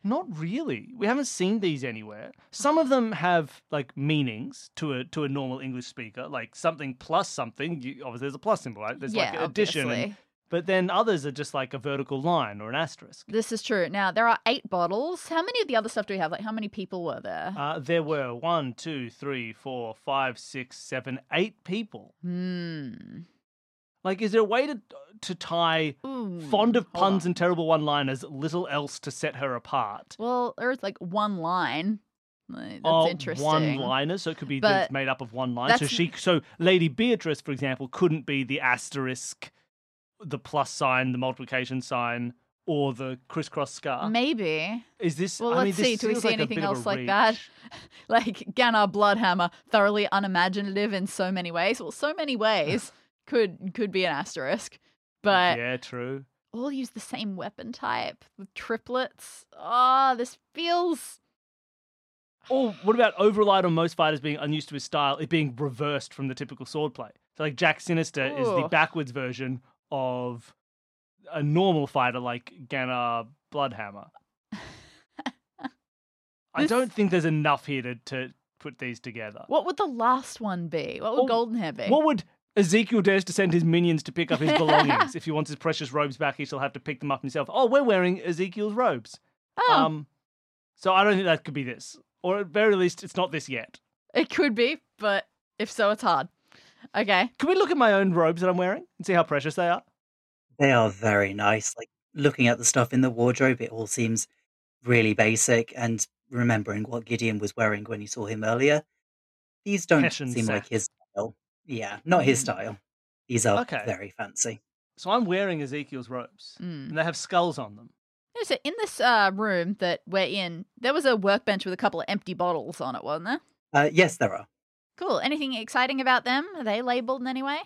[SPEAKER 1] Not really. We haven't seen these anywhere. Some of them have like meanings to a to a normal English speaker, like something plus something. You, obviously, there's a plus symbol, right? *laughs* There's
[SPEAKER 2] yeah,
[SPEAKER 1] like addition. and-
[SPEAKER 2] obviously.
[SPEAKER 1] but then others are just like a vertical line or an asterisk.
[SPEAKER 2] This is true. Now there are eight bottles. How many of the other stuff do we have? Like how many people were there?
[SPEAKER 1] Uh, there were one, two, three, four, five, six, seven, eight people.
[SPEAKER 2] hmm.
[SPEAKER 1] Like, is there a way to to tie
[SPEAKER 2] Ooh,
[SPEAKER 1] fond of
[SPEAKER 2] Hmm, hold
[SPEAKER 1] puns
[SPEAKER 2] on.
[SPEAKER 1] and terrible one-liners, little else to set her apart?
[SPEAKER 2] well, there's like one line. Like, That's
[SPEAKER 1] are
[SPEAKER 2] interesting.
[SPEAKER 1] one-liners, so it could be that it's
[SPEAKER 2] But
[SPEAKER 1] made up of one line. So
[SPEAKER 2] that's-
[SPEAKER 1] she, so Lady Beatrice, for example, couldn't be the asterisk, the plus sign, the multiplication sign, or the crisscross scar.
[SPEAKER 2] Maybe.
[SPEAKER 1] Is this?
[SPEAKER 2] Well,
[SPEAKER 1] I mean,
[SPEAKER 2] let's
[SPEAKER 1] this
[SPEAKER 2] see. Do we
[SPEAKER 1] feels
[SPEAKER 2] see
[SPEAKER 1] like a
[SPEAKER 2] anything
[SPEAKER 1] bit of a
[SPEAKER 2] else like that?
[SPEAKER 1] reach.
[SPEAKER 2] Like Ganar Bloodhammer, thoroughly unimaginative in so many ways. Well, so
[SPEAKER 1] *laughs*
[SPEAKER 2] many ways could could be an asterisk, but
[SPEAKER 1] yeah, true.
[SPEAKER 2] all use the same weapon type with triplets. Ah, this feels
[SPEAKER 1] Or what about override on most fighters being unused to his style, it being reversed from the typical swordplay? So like Jack Sinister is the
[SPEAKER 2] Ooh.
[SPEAKER 1] backwards version of a normal fighter like Ganar Bloodhammer. I
[SPEAKER 2] This-
[SPEAKER 1] don't think there's enough here to, to put these together.
[SPEAKER 2] What would the last one be? What
[SPEAKER 1] Oh,
[SPEAKER 2] would Golden Hair be?
[SPEAKER 1] What would Ezekiel dares to send his minions to pick up
[SPEAKER 2] *laughs*
[SPEAKER 1] his belongings? if he wants his precious robes back, he shall have to pick them up himself. Oh, we're wearing Ezekiel's robes.
[SPEAKER 2] oh,
[SPEAKER 1] Um, so I don't think that could be this. Or at very least, it's not this yet.
[SPEAKER 2] it could be, but if so, it's hard. Okay.
[SPEAKER 1] Can we look at my own robes that I'm wearing and see how precious they are?
[SPEAKER 3] They are very nice. Like looking at the stuff in the wardrobe, it all seems really basic. And remembering what Gideon was wearing when you saw him earlier, these don't
[SPEAKER 1] Hessian
[SPEAKER 3] seem
[SPEAKER 1] sack.
[SPEAKER 3] like his style. Yeah, not his style. These are
[SPEAKER 1] Mm. Okay.
[SPEAKER 3] very fancy.
[SPEAKER 1] So I'm wearing Ezekiel's robes,
[SPEAKER 2] Mm.
[SPEAKER 1] and they have skulls on them.
[SPEAKER 2] No, so in this uh, room that we're in, there was a workbench with a couple of empty bottles on it, wasn't there?
[SPEAKER 3] Uh, yes, there are.
[SPEAKER 2] Cool. Anything exciting about them? Are they labeled in any way?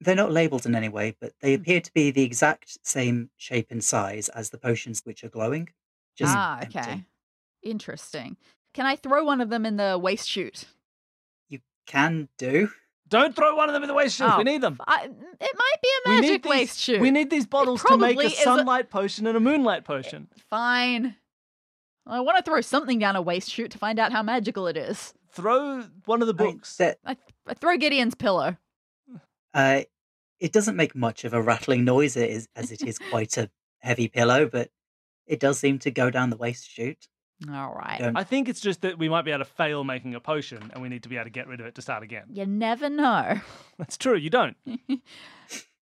[SPEAKER 3] They're not labelled in any way, but
[SPEAKER 1] Mm.
[SPEAKER 3] they appear to be the exact same shape and size as the potions which are glowing. Just
[SPEAKER 2] ah,
[SPEAKER 3] empty.
[SPEAKER 2] okay. Interesting. Can I throw one of them in the waste chute?
[SPEAKER 3] Can do.
[SPEAKER 1] Don't throw one of them in the waste chute.
[SPEAKER 2] Oh,
[SPEAKER 1] we need them.
[SPEAKER 2] I, it might be a
[SPEAKER 1] We need
[SPEAKER 2] magic
[SPEAKER 1] these-
[SPEAKER 2] waste chute.
[SPEAKER 1] We need these bottles to make
[SPEAKER 2] probably
[SPEAKER 1] a
[SPEAKER 2] is a-
[SPEAKER 1] sunlight potion and a moonlight potion.
[SPEAKER 2] Fine. I want to throw something down a waste chute to find out how magical it is.
[SPEAKER 1] Throw one of the
[SPEAKER 3] I mean,
[SPEAKER 1] books.
[SPEAKER 3] that-
[SPEAKER 2] I, I throw Gideon's pillow.
[SPEAKER 3] uh, it doesn't make much of a rattling noise it is, as it is quite a heavy pillow, but it does seem to go down the waist chute.
[SPEAKER 2] All right.
[SPEAKER 3] Don't-
[SPEAKER 1] I think it's just that we might be able to fail making a potion, and we need to be able to get rid of it to start again. *laughs*
[SPEAKER 2] You never know. *laughs*
[SPEAKER 1] That's true. You don't.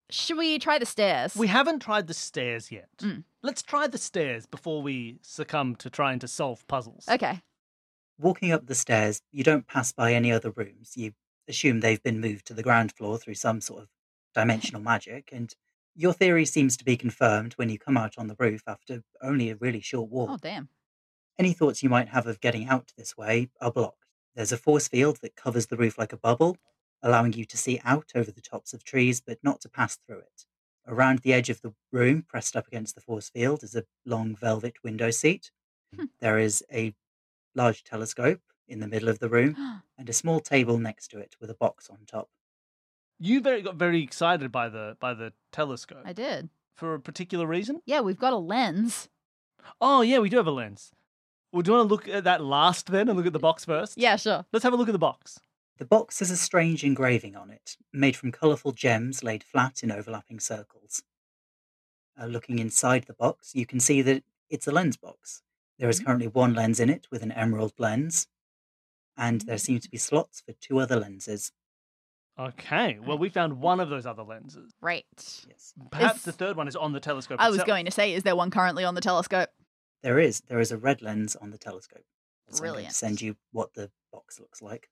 [SPEAKER 2] Should we try the stairs?
[SPEAKER 1] We haven't tried the stairs yet.
[SPEAKER 2] Mm.
[SPEAKER 1] Let's try the stairs before we succumb to trying to solve puzzles.
[SPEAKER 2] Okay.
[SPEAKER 3] Walking up the stairs, you don't pass by any other rooms. You assume they've been moved to the ground floor through some sort of dimensional magic, and your theory seems to be confirmed when you come out on the roof after only a really short walk.
[SPEAKER 2] Oh, damn.
[SPEAKER 3] Any thoughts you might have of getting out this way are blocked. There's a force field that covers the roof like a bubble, allowing you to see out over the tops of trees but not to pass through it. Around the edge of the room, pressed up against the force field, is a long velvet window seat.
[SPEAKER 2] Hmm.
[SPEAKER 3] There is a large telescope in the middle of the room and a small table next to it with a box on top.
[SPEAKER 1] You very got very excited by the by the telescope
[SPEAKER 2] I did.
[SPEAKER 1] for a particular reason.
[SPEAKER 2] Yeah, we've got a lens.
[SPEAKER 1] Oh yeah, we do have a lens. Well, do you want to look at that last then, and look at the box first?
[SPEAKER 2] Yeah, sure.
[SPEAKER 1] Let's have a look at the box.
[SPEAKER 3] The box has a strange engraving on it, made from colourful gems laid flat in overlapping circles. Uh, looking inside the box, you can see that it's a lens box. There is currently one lens in it with an emerald lens, and there seem to be slots for two other lenses.
[SPEAKER 1] Okay. Well, we found one of those other lenses.
[SPEAKER 2] Right.
[SPEAKER 3] Yes,
[SPEAKER 1] Perhaps
[SPEAKER 2] Is-
[SPEAKER 1] the third one is on the telescope.
[SPEAKER 2] I was
[SPEAKER 1] itself.
[SPEAKER 2] going to say, is there one currently on the telescope?
[SPEAKER 3] there is. There is a red lens on the telescope. So I'm going to
[SPEAKER 2] Brilliant.
[SPEAKER 3] send you what the box looks like.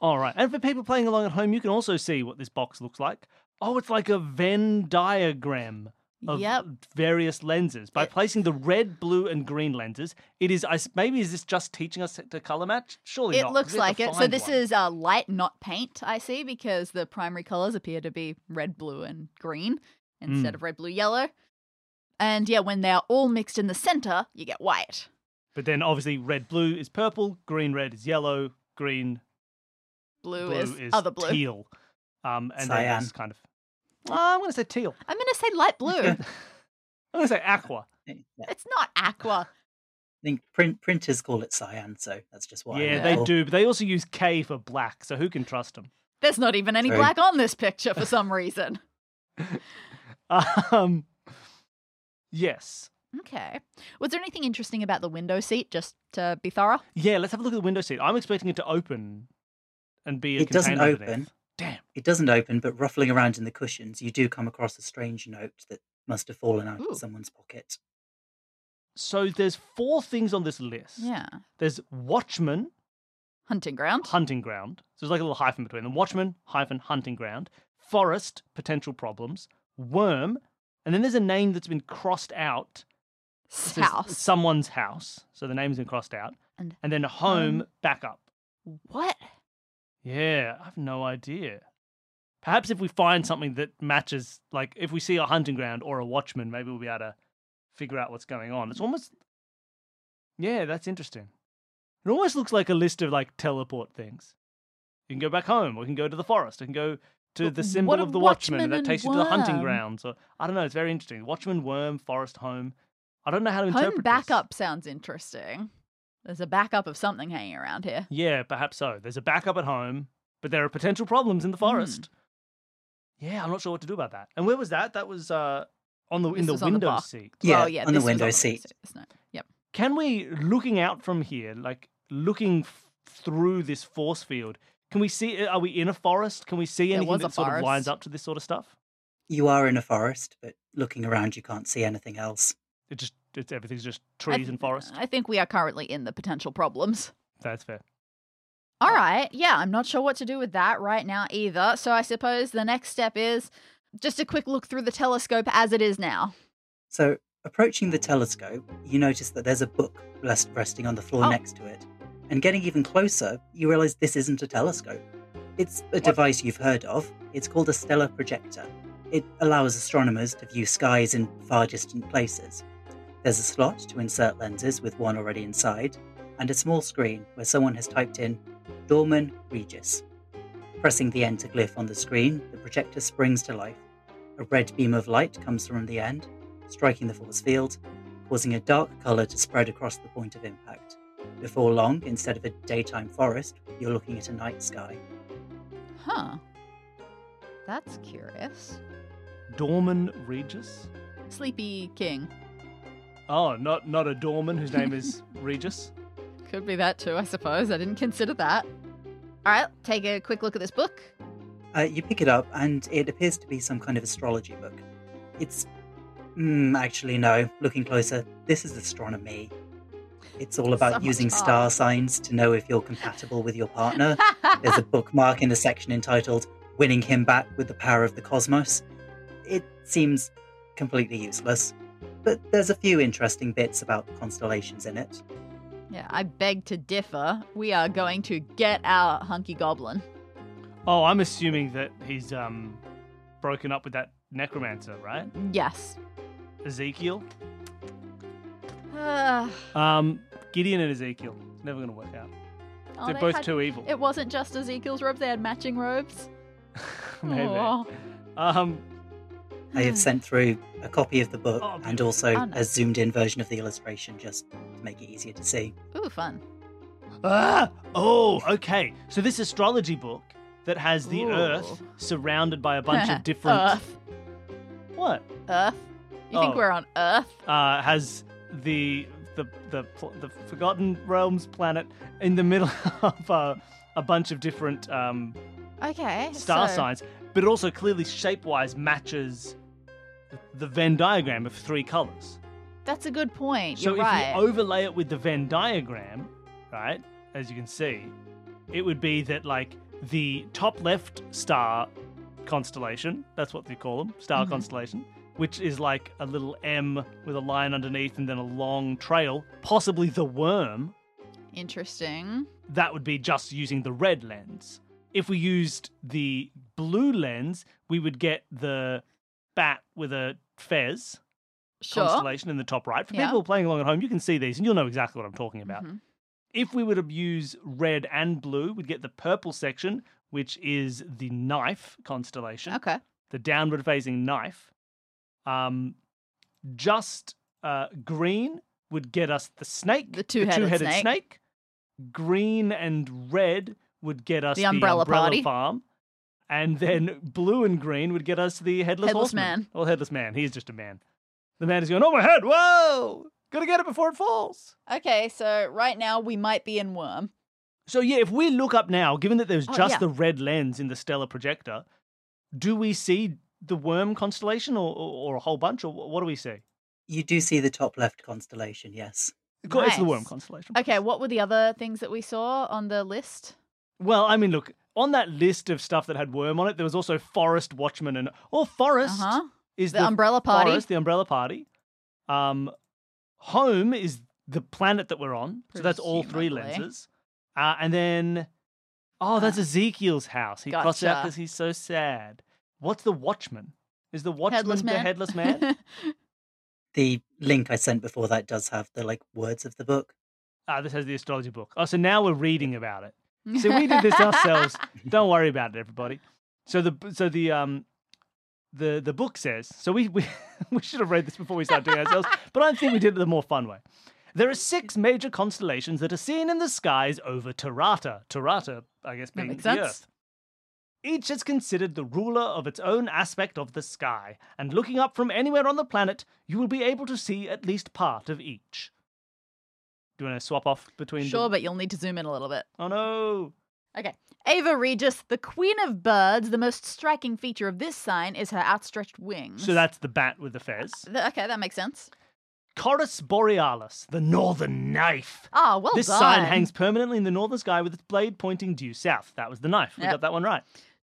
[SPEAKER 1] All right. And for people playing along at home, you can also see what this box looks like. Oh, it's like a Venn diagram of
[SPEAKER 2] Yep.
[SPEAKER 1] various lenses. By
[SPEAKER 2] It-
[SPEAKER 1] placing the red, blue, and green lenses, it is. I s- Maybe is this just teaching us to color match? Surely
[SPEAKER 2] It
[SPEAKER 1] not, 'cause
[SPEAKER 2] looks
[SPEAKER 1] we have
[SPEAKER 2] like
[SPEAKER 1] to
[SPEAKER 2] it. So
[SPEAKER 1] find
[SPEAKER 2] this
[SPEAKER 1] one.
[SPEAKER 2] is uh, light, not paint, I see, because the primary colors appear to be red, blue, and green instead
[SPEAKER 1] Mm.
[SPEAKER 2] of red, blue, yellow. And yeah, when they're all mixed in the center, you get white.
[SPEAKER 1] But then obviously, red, blue is purple. Green, red is yellow. Green,
[SPEAKER 2] Blue,
[SPEAKER 1] blue
[SPEAKER 2] is,
[SPEAKER 1] is,
[SPEAKER 2] other blue.
[SPEAKER 1] teal. Um, and then
[SPEAKER 3] Cyan.
[SPEAKER 1] it's kind of. Well, I'm going to say teal.
[SPEAKER 2] I'm going to say
[SPEAKER 1] *laughs*
[SPEAKER 2] light blue.
[SPEAKER 1] I'm going to say aqua.
[SPEAKER 3] Eh, yeah, I
[SPEAKER 2] it's not aqua.
[SPEAKER 3] think print printers call it cyan, so that's just what. I
[SPEAKER 1] yeah,
[SPEAKER 3] went
[SPEAKER 1] they
[SPEAKER 3] for.
[SPEAKER 1] do. But they also use K for black. So who can trust them?
[SPEAKER 2] There's not even any
[SPEAKER 3] Sorry.
[SPEAKER 2] black on this picture for some reason.
[SPEAKER 1] *laughs* Um, yes.
[SPEAKER 2] Okay. Was there anything interesting about the window seat, just to be thorough?
[SPEAKER 1] Yeah, let's have a look at the window seat. I'm expecting it to open and be a
[SPEAKER 3] It doesn't
[SPEAKER 1] container
[SPEAKER 3] open.
[SPEAKER 1] underneath. Damn.
[SPEAKER 3] It doesn't open, but ruffling around in the cushions, you do come across a strange note that must have fallen out
[SPEAKER 2] Ooh.
[SPEAKER 3] of someone's pocket.
[SPEAKER 1] So there's four things on this list.
[SPEAKER 2] Yeah.
[SPEAKER 1] There's Watchman,
[SPEAKER 2] Hunting ground.
[SPEAKER 1] Hunting Ground. So there's like a little hyphen between them. Watchman, hyphen, Hunting Ground. Forest, Potential Problems. Worm. And then there's a name that's been crossed out. It says
[SPEAKER 2] House.
[SPEAKER 1] Someone's house. So the name's been crossed out.
[SPEAKER 2] And
[SPEAKER 1] And then
[SPEAKER 2] Um.
[SPEAKER 1] home, backup.
[SPEAKER 2] what?
[SPEAKER 1] Yeah, I've no idea. Perhaps if we find something that matches, like if we see a hunting ground or a watchman, maybe we'll be able to figure out what's going on. It's almost, yeah, that's interesting. It almost looks like a list of like teleport things. You can go back home, or you can go to the forest, or you can go to
[SPEAKER 2] But
[SPEAKER 1] the
[SPEAKER 2] what
[SPEAKER 1] symbol
[SPEAKER 2] are
[SPEAKER 1] of the watchman,
[SPEAKER 2] watchman
[SPEAKER 1] that
[SPEAKER 2] and
[SPEAKER 1] takes you to the hunting
[SPEAKER 2] worm?
[SPEAKER 1] grounds. Or I don't know, it's very interesting. Watchman, worm, forest, home. I don't know how to interpret
[SPEAKER 2] Home
[SPEAKER 1] this.
[SPEAKER 2] backup sounds interesting. There's a backup of something hanging around here.
[SPEAKER 1] Yeah, perhaps so. There's a backup at home, but there are potential problems
[SPEAKER 2] Hmm.
[SPEAKER 1] in the forest. Yeah, I'm not sure what to do about that. And where was that? That was uh, on the in
[SPEAKER 2] This
[SPEAKER 1] the
[SPEAKER 2] was on the
[SPEAKER 1] window
[SPEAKER 2] bar.
[SPEAKER 1] seat.
[SPEAKER 3] Yeah,
[SPEAKER 2] well, yeah
[SPEAKER 3] on the
[SPEAKER 2] this was
[SPEAKER 3] window
[SPEAKER 2] window
[SPEAKER 3] seat.
[SPEAKER 2] this night. Yep.
[SPEAKER 1] Can we, looking out from here, like looking f- through this force field, can we see? uh, Are we in a forest? Can we see
[SPEAKER 2] There
[SPEAKER 1] anything
[SPEAKER 2] was a
[SPEAKER 1] that sort of lines
[SPEAKER 2] forest.
[SPEAKER 1] up to this sort of stuff?
[SPEAKER 3] You are in a forest, but looking around, you can't see anything else.
[SPEAKER 1] It just it's, everything's just
[SPEAKER 2] I
[SPEAKER 1] trees
[SPEAKER 2] th-
[SPEAKER 1] and forest.
[SPEAKER 2] I think we are currently in the potential problems.
[SPEAKER 1] That's fair.
[SPEAKER 2] All right. Yeah, I'm not sure what to do with that right now either. So I suppose the next step is just a quick look through the telescope as it is now.
[SPEAKER 3] So, approaching the telescope, you notice that there's a book rest- resting on the floor
[SPEAKER 2] Oh.
[SPEAKER 3] next to it. And getting even closer, you realize this isn't a telescope. It's a device you've heard of. It's called a stellar projector. It allows astronomers to view skies in far distant places. There's a slot to insert lenses with one already inside, and a small screen where someone has typed in Dorman Regis. Pressing the enter glyph on the screen, the projector springs to life. A red beam of light comes from the end, striking the force field, causing a dark colour to spread across the point of impact. Before long, instead of a daytime forest, you're looking at a night sky.
[SPEAKER 2] Huh. That's curious.
[SPEAKER 1] Dorman Regis?
[SPEAKER 2] Sleepy King.
[SPEAKER 1] Oh, not not a Dorman whose name is Regis.
[SPEAKER 2] Could be that too, I suppose. I didn't consider that. All right, take a quick look at this book.
[SPEAKER 3] Uh, you pick it up, and it appears to be some kind of astrology book. It's. Mm, actually, no. Looking closer, this is astronomy. It's all about
[SPEAKER 2] So much
[SPEAKER 3] using
[SPEAKER 2] art.
[SPEAKER 3] star signs to know if you're compatible with your
[SPEAKER 2] *laughs*
[SPEAKER 3] partner. There's a bookmark in the section entitled Winning Him Back with the Power of the Cosmos. It seems completely useless, but there's a few interesting bits about constellations in it.
[SPEAKER 2] yeah, I beg to differ. We are going to get our hunky goblin.
[SPEAKER 1] Oh, I'm assuming that he's um broken up with that necromancer, right?
[SPEAKER 2] Yes. *sighs*
[SPEAKER 1] Ezekiel.
[SPEAKER 2] Uh,
[SPEAKER 1] Um, Gideon and Ezekiel. It's never gonna work out.
[SPEAKER 2] oh,
[SPEAKER 1] They're
[SPEAKER 2] they
[SPEAKER 1] both
[SPEAKER 2] had-
[SPEAKER 1] too evil.
[SPEAKER 2] It wasn't just Ezekiel's robes, they had matching robes.
[SPEAKER 1] *laughs* Maybe.
[SPEAKER 2] Aw.
[SPEAKER 1] Um,
[SPEAKER 3] I have sent through a copy of the book
[SPEAKER 1] Oh,
[SPEAKER 3] and also
[SPEAKER 2] Hmm. Oh, no.
[SPEAKER 3] a zoomed in version of the illustration just to make it easier to see.
[SPEAKER 2] Ooh, fun.
[SPEAKER 1] ah, oh, okay. So this astrology book that has the
[SPEAKER 2] Ooh.
[SPEAKER 1] Earth surrounded by a bunch
[SPEAKER 2] *laughs*
[SPEAKER 1] of different
[SPEAKER 2] Earth.
[SPEAKER 1] what
[SPEAKER 2] Earth. You think
[SPEAKER 1] Oh.
[SPEAKER 2] we're on Earth?
[SPEAKER 1] uh, has the the the pl- the Forgotten Realms planet in the middle *laughs* of uh, a bunch of different um,
[SPEAKER 2] Okay.
[SPEAKER 1] star
[SPEAKER 2] so-
[SPEAKER 1] signs, but it also clearly shape-wise matches the Venn diagram of three colors.
[SPEAKER 2] That's a good point.
[SPEAKER 1] So
[SPEAKER 2] You're
[SPEAKER 1] if
[SPEAKER 2] right.
[SPEAKER 1] you overlay it with the Venn diagram, right, as you can see, it would be that like the top left star constellation, that's what they call them, star
[SPEAKER 2] Mhm.
[SPEAKER 1] constellation, which is like a little M with a line underneath and then a long trail, possibly the worm,
[SPEAKER 2] Interesting.
[SPEAKER 1] that would be just using the red lens. If we used the blue lens, we would get the bat with a fez
[SPEAKER 2] Sure.
[SPEAKER 1] constellation in the top right. For
[SPEAKER 2] Yeah.
[SPEAKER 1] people playing along at home, you can see these and you'll know exactly what I'm talking about.
[SPEAKER 2] Mhm.
[SPEAKER 1] If we were to use red and blue, we'd get the purple section, which is the knife constellation,
[SPEAKER 2] Okay.
[SPEAKER 1] the downward facing knife. Um, just uh, green would get us the snake,
[SPEAKER 2] The two-headed
[SPEAKER 1] snake.
[SPEAKER 2] snake.
[SPEAKER 1] Green and red would get us
[SPEAKER 2] The
[SPEAKER 1] the umbrella,
[SPEAKER 2] umbrella party.
[SPEAKER 1] farm. And then blue and green would get us the headless,
[SPEAKER 2] Headless
[SPEAKER 1] horseman.
[SPEAKER 2] man.
[SPEAKER 1] Well, headless man. He's just a man. The man is going, oh, my head. Whoa. Gotta get it before it falls.
[SPEAKER 2] Okay, so right now we might be in Worm.
[SPEAKER 1] So yeah, if we look up now, given that there's
[SPEAKER 2] Oh,
[SPEAKER 1] just
[SPEAKER 2] yeah.
[SPEAKER 1] the red lens in the stellar projector, do we see the worm constellation or, or, or a whole bunch, or what do we see?
[SPEAKER 3] You do see the top left constellation, yes.
[SPEAKER 1] Co- It's the worm
[SPEAKER 2] Nice.
[SPEAKER 1] constellation.
[SPEAKER 2] Okay, what were the other things that we saw on the list?
[SPEAKER 1] Well, I mean, look on that list of stuff that had worm on it, there was also forest watchman and oh, forest
[SPEAKER 2] Uh huh.
[SPEAKER 1] is
[SPEAKER 2] The, umbrella party.
[SPEAKER 1] forest, the umbrella party. Um, home is the planet that we're on, so that's all three
[SPEAKER 2] Presumably.
[SPEAKER 1] lenses. Uh, and then, oh, that's
[SPEAKER 2] Ah.
[SPEAKER 1] Ezekiel's house. He crossed it out
[SPEAKER 2] Gotcha.
[SPEAKER 1] because he's so sad. What's the Watchman? Is the Watchman
[SPEAKER 2] headless
[SPEAKER 1] the
[SPEAKER 2] man.
[SPEAKER 1] headless
[SPEAKER 2] *laughs*
[SPEAKER 1] man?
[SPEAKER 3] The link I sent before that does have the like words of the book.
[SPEAKER 1] Ah, this has the astrology book. Oh, so now we're reading about it. See, we did this ourselves. Don't worry about it, everybody. So the so the um the the book says so we *laughs* we, we should have read this before we start doing ourselves, but I think we did it the more fun way. There are six major constellations that are seen in the skies over Tarata. Tarata, I guess,
[SPEAKER 2] That
[SPEAKER 1] being
[SPEAKER 2] makes
[SPEAKER 1] the
[SPEAKER 2] sense.
[SPEAKER 1] Earth. Each is considered the ruler of its own aspect of the sky, and looking up from anywhere on the planet, you will be able to see at least part of each. Do you want to swap off between? the-
[SPEAKER 2] sure, but you'll need to zoom in a little bit.
[SPEAKER 1] Oh no!
[SPEAKER 2] Ava Regis, the queen of birds, the most striking feature of this sign is her outstretched wings.
[SPEAKER 1] So that's the bat with the fez.
[SPEAKER 2] Th- okay, that makes sense.
[SPEAKER 1] Corus Borealis, the northern knife.
[SPEAKER 2] Ah, well
[SPEAKER 1] this
[SPEAKER 2] done.
[SPEAKER 1] sign hangs permanently in the northern sky with its blade pointing due south. That was the knife. We
[SPEAKER 2] Yep.
[SPEAKER 1] got that one right.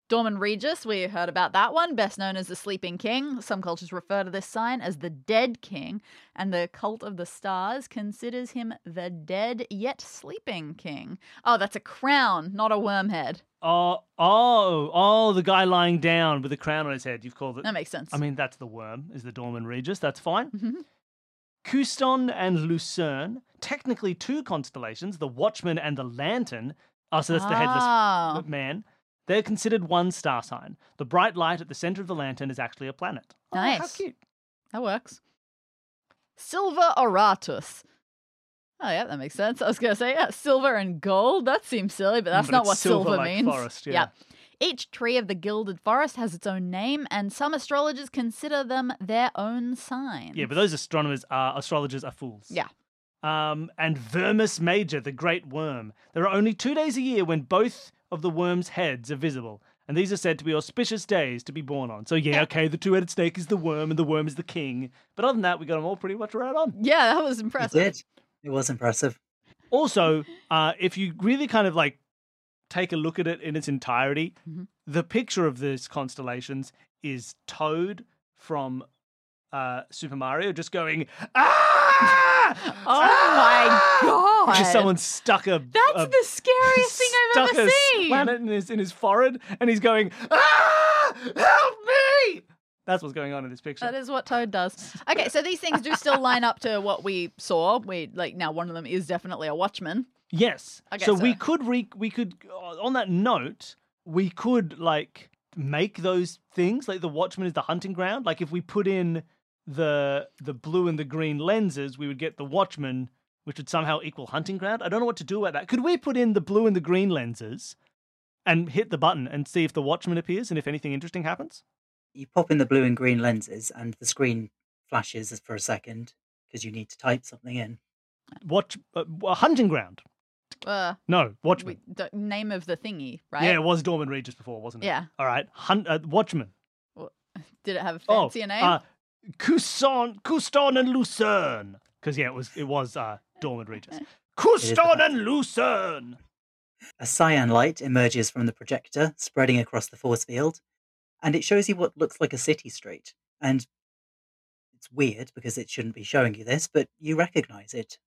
[SPEAKER 2] Dorman Regis, we heard about that one, best known as the Sleeping King. Some cultures refer to this sign as the Dead King, and the Cult of the Stars considers him the dead yet sleeping king. Oh, that's a crown, not a worm head.
[SPEAKER 1] Oh, oh, oh, the guy lying down with a crown on his head. You've called it.
[SPEAKER 2] That makes sense.
[SPEAKER 1] I mean, that's the worm, is the Dorman Regis. That's fine.
[SPEAKER 2] Mhm.
[SPEAKER 1] Custon and Lucerne, technically two constellations, the Watchman and the Lantern. Oh, so that's the headless
[SPEAKER 2] Ah.
[SPEAKER 1] man. They're considered one star sign. The bright light at the center of the lantern is actually a planet. Oh, How
[SPEAKER 2] Nice.
[SPEAKER 1] cute.
[SPEAKER 2] That works. Silver Oratus. Oh, yeah, that makes sense. I was going to say, yeah, silver and gold. That seems silly, but that's
[SPEAKER 1] Mm, But
[SPEAKER 2] not
[SPEAKER 1] it's
[SPEAKER 2] what silver,
[SPEAKER 1] silver like
[SPEAKER 2] means.
[SPEAKER 1] forest, yeah.
[SPEAKER 2] Each tree of the Gilded Forest has its own name, and some astrologers consider them their own sign.
[SPEAKER 1] Yeah, but those astronomers are astrologers are fools.
[SPEAKER 2] Yeah.
[SPEAKER 1] Um, and Vermis Major, the great worm. There are only two days a year when both of the worm's heads are visible, and these are said to be auspicious days to be born on. So yeah, okay, the two-headed snake is the worm, and the worm is the king. But other than that, we got them all pretty much right on.
[SPEAKER 2] Yeah, that was
[SPEAKER 3] You
[SPEAKER 2] impressive.
[SPEAKER 3] did. It was impressive.
[SPEAKER 1] Also, uh, if you really kind of like take a look at it in its entirety,
[SPEAKER 2] Mhm.
[SPEAKER 1] the picture of these constellations is Toad from uh, Super Mario just going, ah!
[SPEAKER 2] Oh my god!
[SPEAKER 1] Just someone stuck a.
[SPEAKER 2] That's
[SPEAKER 1] a-
[SPEAKER 2] the scariest thing I've
[SPEAKER 1] stuck
[SPEAKER 2] ever
[SPEAKER 1] a
[SPEAKER 2] seen.
[SPEAKER 1] planet in his, in his forehead, and he's going, ah! Help me! That's what's going on in this picture.
[SPEAKER 2] That is what Toad does. Okay, so these things do still line up to what we saw. We like now one of them is definitely a watchman.
[SPEAKER 1] Yes.
[SPEAKER 2] I guess
[SPEAKER 1] so we
[SPEAKER 2] so.
[SPEAKER 1] could re- we could uh, on that note, we could like make those things like the Watchman is the hunting ground. Like if we put in the the blue and the green lenses, we would get the Watchman, which would somehow equal hunting ground. I don't know what to do about that. Could we put in the blue and the green lenses and hit the button and see if the Watchman appears and if anything interesting happens?
[SPEAKER 3] You pop in the blue and green lenses, and the screen flashes for a second because you need to type something in.
[SPEAKER 1] Watch uh, uh, hunting ground.
[SPEAKER 2] Uh,
[SPEAKER 1] No, Watchman.
[SPEAKER 2] we- the name of the thingy, right?
[SPEAKER 1] Yeah, it was Dorman Regis before, wasn't it?
[SPEAKER 2] Yeah.
[SPEAKER 1] All right, Hunt, uh, Watchman.
[SPEAKER 2] Did it have a fancy name?
[SPEAKER 1] Uh, Couson, Couston and Lucerne. Because yeah, it was it was uh, Dormant
[SPEAKER 2] *laughs*
[SPEAKER 1] Regis. Couston and Lucerne.
[SPEAKER 3] A cyan light emerges from the projector, spreading across the force field, and it shows you what looks like a city street. And it's weird because it shouldn't be showing you this, but you recognize it.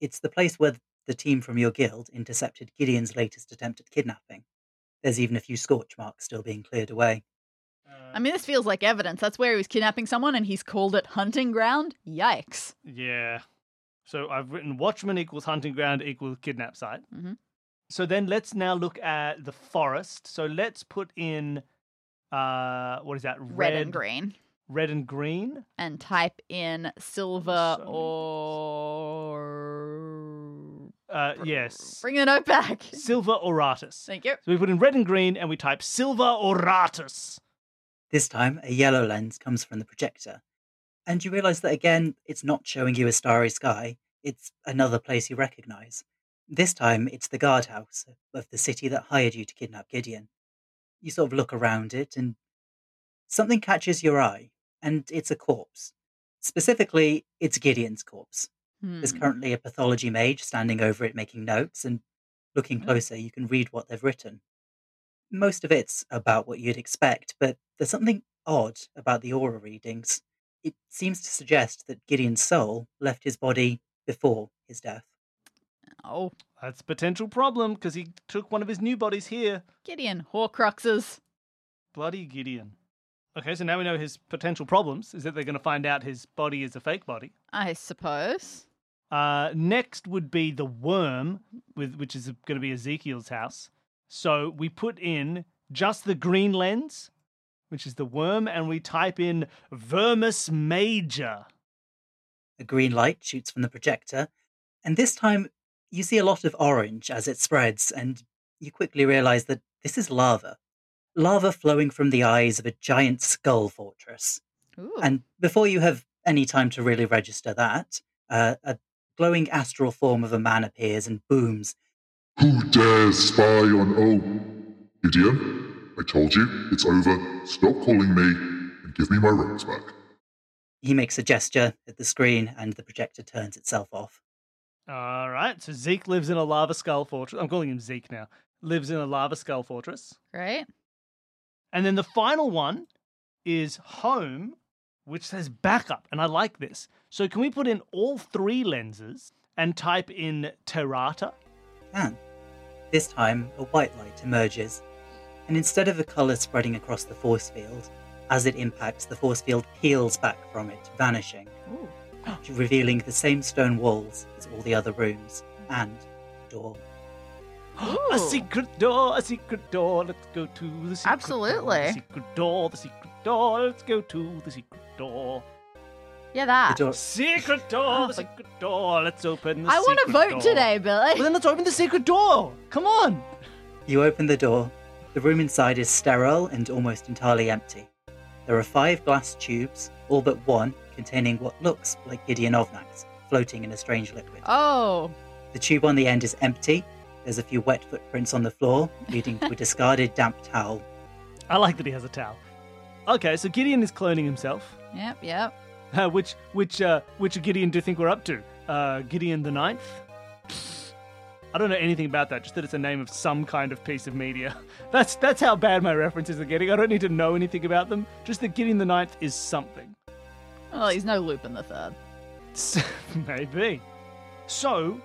[SPEAKER 3] It's the place where the team from your guild intercepted Gideon's latest attempt at kidnapping. There's even a few scorch marks still being cleared away.
[SPEAKER 2] I mean, this feels like evidence. That's where he was kidnapping someone and he's called it hunting ground. Yikes.
[SPEAKER 1] Yeah. So I've written Watchman equals hunting ground equals kidnap site.
[SPEAKER 2] Mhm.
[SPEAKER 1] So then let's now look at the forest. So let's put in uh what is that?
[SPEAKER 2] Red, and green.
[SPEAKER 1] Red and green.
[SPEAKER 2] And type in silver
[SPEAKER 1] So many
[SPEAKER 2] or.
[SPEAKER 1] Uh yes.
[SPEAKER 2] Bring the note back. *laughs*
[SPEAKER 1] Silver oratus.
[SPEAKER 2] Thank you.
[SPEAKER 1] So we put in red and green and we type silver oratus.
[SPEAKER 3] This time, a yellow lens comes from the projector. And you realize that again, it's not showing you a starry sky, it's another place you recognize. This time, it's the guardhouse of the city that hired you to kidnap Gideon. You sort of look around it, and something catches your eye, and it's a corpse. Specifically, it's Gideon's corpse. There's
[SPEAKER 2] Hmm.
[SPEAKER 3] currently a pathology mage standing over it making notes, and looking
[SPEAKER 2] Mm.
[SPEAKER 3] closer, you can read what they've written. Most of it's about what you'd expect, but there's something odd about the aura readings. It seems to suggest that Gideon's soul left his body before his death.
[SPEAKER 2] Oh,
[SPEAKER 1] That's a potential problem because he took one of his new bodies here.
[SPEAKER 2] Gideon, Horcruxes.
[SPEAKER 1] Bloody Gideon. Okay, so now we know his potential problems is that they're going to find out his body is a fake body.
[SPEAKER 2] I suppose.
[SPEAKER 1] Uh, next would be the worm, with which is going to be Ezekiel's house. So we put in just the green lens, which is the worm, and we type in Vermis Major.
[SPEAKER 3] A green light shoots from the projector, and this time you see a lot of orange as it spreads, and you quickly realize that this is lava. Lava flowing from the eyes of a giant skull fortress.
[SPEAKER 2] Ooh.
[SPEAKER 3] And before you have any time to really register that, uh, a glowing astral form of a man appears and booms.
[SPEAKER 5] Who dares spy on oh, O? Gideon, I told you, it's over. Stop calling me and give me my robes back.
[SPEAKER 3] he makes a gesture at the screen and the projector turns itself off.
[SPEAKER 1] All right. So Zeke lives in a lava skull fortress. I'm calling him Zeke now. Lives in a lava skull fortress.
[SPEAKER 2] Great.
[SPEAKER 1] And then the final one is home, which says backup. And I like this. So can we put in all three lenses and type in Terrata?
[SPEAKER 3] Can. This time, a white light emerges, and instead of the colour spreading across the force field, as it impacts, the force field peels back from it, vanishing,
[SPEAKER 1] Ooh.
[SPEAKER 3] *gasps* revealing the same stone walls as all the other rooms and door.
[SPEAKER 1] *gasps* A
[SPEAKER 2] Ooh.
[SPEAKER 1] secret door, a secret door. Let's go to the secret door.
[SPEAKER 2] Absolutely.
[SPEAKER 1] The secret door, the secret door. Let's go to the secret door.
[SPEAKER 2] Yeah, that.
[SPEAKER 3] The door
[SPEAKER 1] Secret door,
[SPEAKER 2] Oh, *laughs*
[SPEAKER 1] the
[SPEAKER 2] for-
[SPEAKER 1] secret door. Let's open the
[SPEAKER 2] I
[SPEAKER 1] want to
[SPEAKER 2] vote today, Billy.
[SPEAKER 1] Well, then let's open the secret door. Come on.
[SPEAKER 3] You open the door. The room inside is sterile and almost entirely empty. There are five glass tubes, all but one containing what looks like Gideon Ovnax, floating in a strange liquid.
[SPEAKER 2] Oh,
[SPEAKER 3] The tube on the end is empty. There's a few wet footprints on the floor,
[SPEAKER 2] *laughs*
[SPEAKER 3] leading to a discarded damp towel.
[SPEAKER 1] I like that he has a towel. Okay, so Gideon is cloning himself.
[SPEAKER 2] yep, yep.
[SPEAKER 1] Uh, which which uh, which Gideon do you think we're up to? Uh, Gideon the Ninth. I don't know anything about that. Just that it's a name of some kind of piece of media. *laughs* That's that's how bad my references are getting. I don't need to know anything about them. Just that Gideon the Ninth is something. *laughs*
[SPEAKER 2] Well, he's no loop in the third.
[SPEAKER 1] So- Maybe. So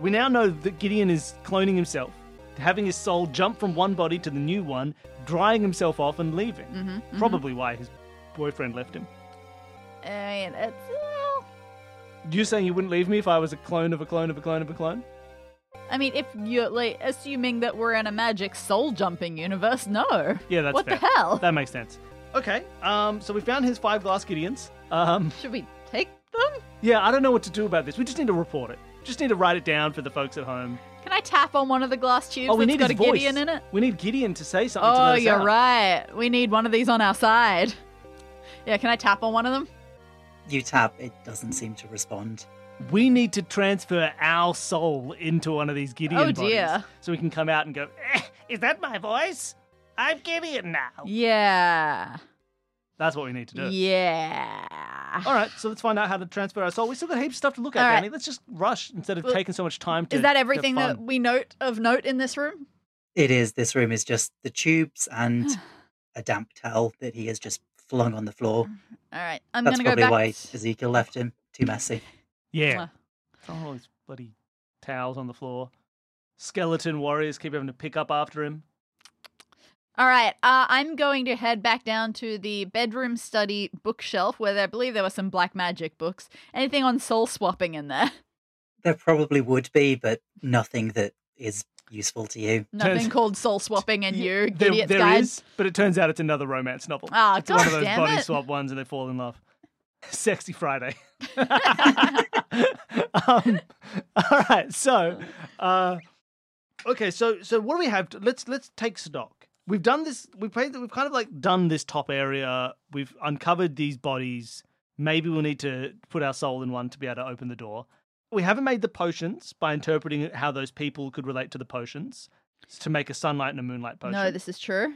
[SPEAKER 1] we now know that Gideon is cloning himself, having his soul jump from one body to the new one, drying himself off and leaving.
[SPEAKER 2] Mm-hmm.
[SPEAKER 1] Probably why his boyfriend left him.
[SPEAKER 2] I mean, it's, uh, well,
[SPEAKER 1] You saying you wouldn't leave me if I was a clone of a clone of a clone of a clone?
[SPEAKER 2] I mean, if you're like assuming that we're in a magic soul jumping universe, no.
[SPEAKER 1] Yeah, that's
[SPEAKER 2] what
[SPEAKER 1] fair.
[SPEAKER 2] the hell?
[SPEAKER 1] *laughs* That makes sense. Okay, um, so we found his five glass Gideons. Um,
[SPEAKER 2] Should we take them?
[SPEAKER 1] yeah, I don't know what to do about this. We just need to report it. Just need to write it down for the folks at home.
[SPEAKER 2] Can I tap on one of the glass tubes
[SPEAKER 1] oh, we
[SPEAKER 2] that's
[SPEAKER 1] need
[SPEAKER 2] got
[SPEAKER 1] his
[SPEAKER 2] a
[SPEAKER 1] voice.
[SPEAKER 2] Gideon in it?
[SPEAKER 1] We need Gideon to say something. to let
[SPEAKER 2] Oh,
[SPEAKER 1] us
[SPEAKER 2] you're
[SPEAKER 1] out.
[SPEAKER 2] right. We need one of these on our side. Yeah, can I tap on one of them?
[SPEAKER 3] You tap, it doesn't seem to respond.
[SPEAKER 1] We need to transfer our soul into one of these Gideon
[SPEAKER 2] Oh,
[SPEAKER 1] bodies
[SPEAKER 2] dear.
[SPEAKER 1] so we can come out and go. "Eh, is that my voice? I'm Gideon now.
[SPEAKER 2] Yeah.
[SPEAKER 1] That's what we need to do.
[SPEAKER 2] Yeah.
[SPEAKER 1] All right, so let's find out how to transfer our soul. We still got heaps of stuff to look at,
[SPEAKER 2] All right.
[SPEAKER 1] Danny. Let's just rush instead of
[SPEAKER 2] Well,
[SPEAKER 1] taking so much time. To
[SPEAKER 2] Is that
[SPEAKER 1] to
[SPEAKER 2] everything
[SPEAKER 1] fun.
[SPEAKER 2] that we note of note in this room?
[SPEAKER 3] It is, this room is just the tubes
[SPEAKER 2] *sighs*
[SPEAKER 3] and a damp towel that he has just flung on the floor.
[SPEAKER 2] All right. I'm
[SPEAKER 3] That's
[SPEAKER 2] gonna go
[SPEAKER 3] probably
[SPEAKER 2] back.
[SPEAKER 3] why Ezekiel left him. Too messy.
[SPEAKER 1] Yeah.
[SPEAKER 2] Mwah.
[SPEAKER 1] Throw all these bloody towels on the floor. Skeleton warriors keep having to pick up after him.
[SPEAKER 2] All right. Uh, I'm going to head back down to the bedroom study bookshelf where I believe there were some black magic books. Anything on soul swapping in there? *laughs*
[SPEAKER 3] There probably would be, but nothing that is useful to you.
[SPEAKER 2] Nothing
[SPEAKER 1] Turns-
[SPEAKER 2] called soul swapping in you,
[SPEAKER 1] there,
[SPEAKER 2] idiot's
[SPEAKER 1] there
[SPEAKER 2] guide.
[SPEAKER 1] is, but it turns out it's another romance novel.
[SPEAKER 2] Ah,
[SPEAKER 1] it's
[SPEAKER 2] god
[SPEAKER 1] one of those
[SPEAKER 2] damn
[SPEAKER 1] body
[SPEAKER 2] it.
[SPEAKER 1] swap ones, and they fall in love. *laughs* Sexy
[SPEAKER 2] *laughs*
[SPEAKER 1] Friday. *laughs* um, all right, so uh, okay, so so what do we have? To, let's let's take stock. We've done this. We've played. We've kind of like done this top area. We've uncovered these bodies. Maybe we'll need to put our soul in one to be able to open the door. We haven't made the potions by interpreting how those people could relate to the potions to make a sunlight and a moonlight potion
[SPEAKER 2] No, this is true.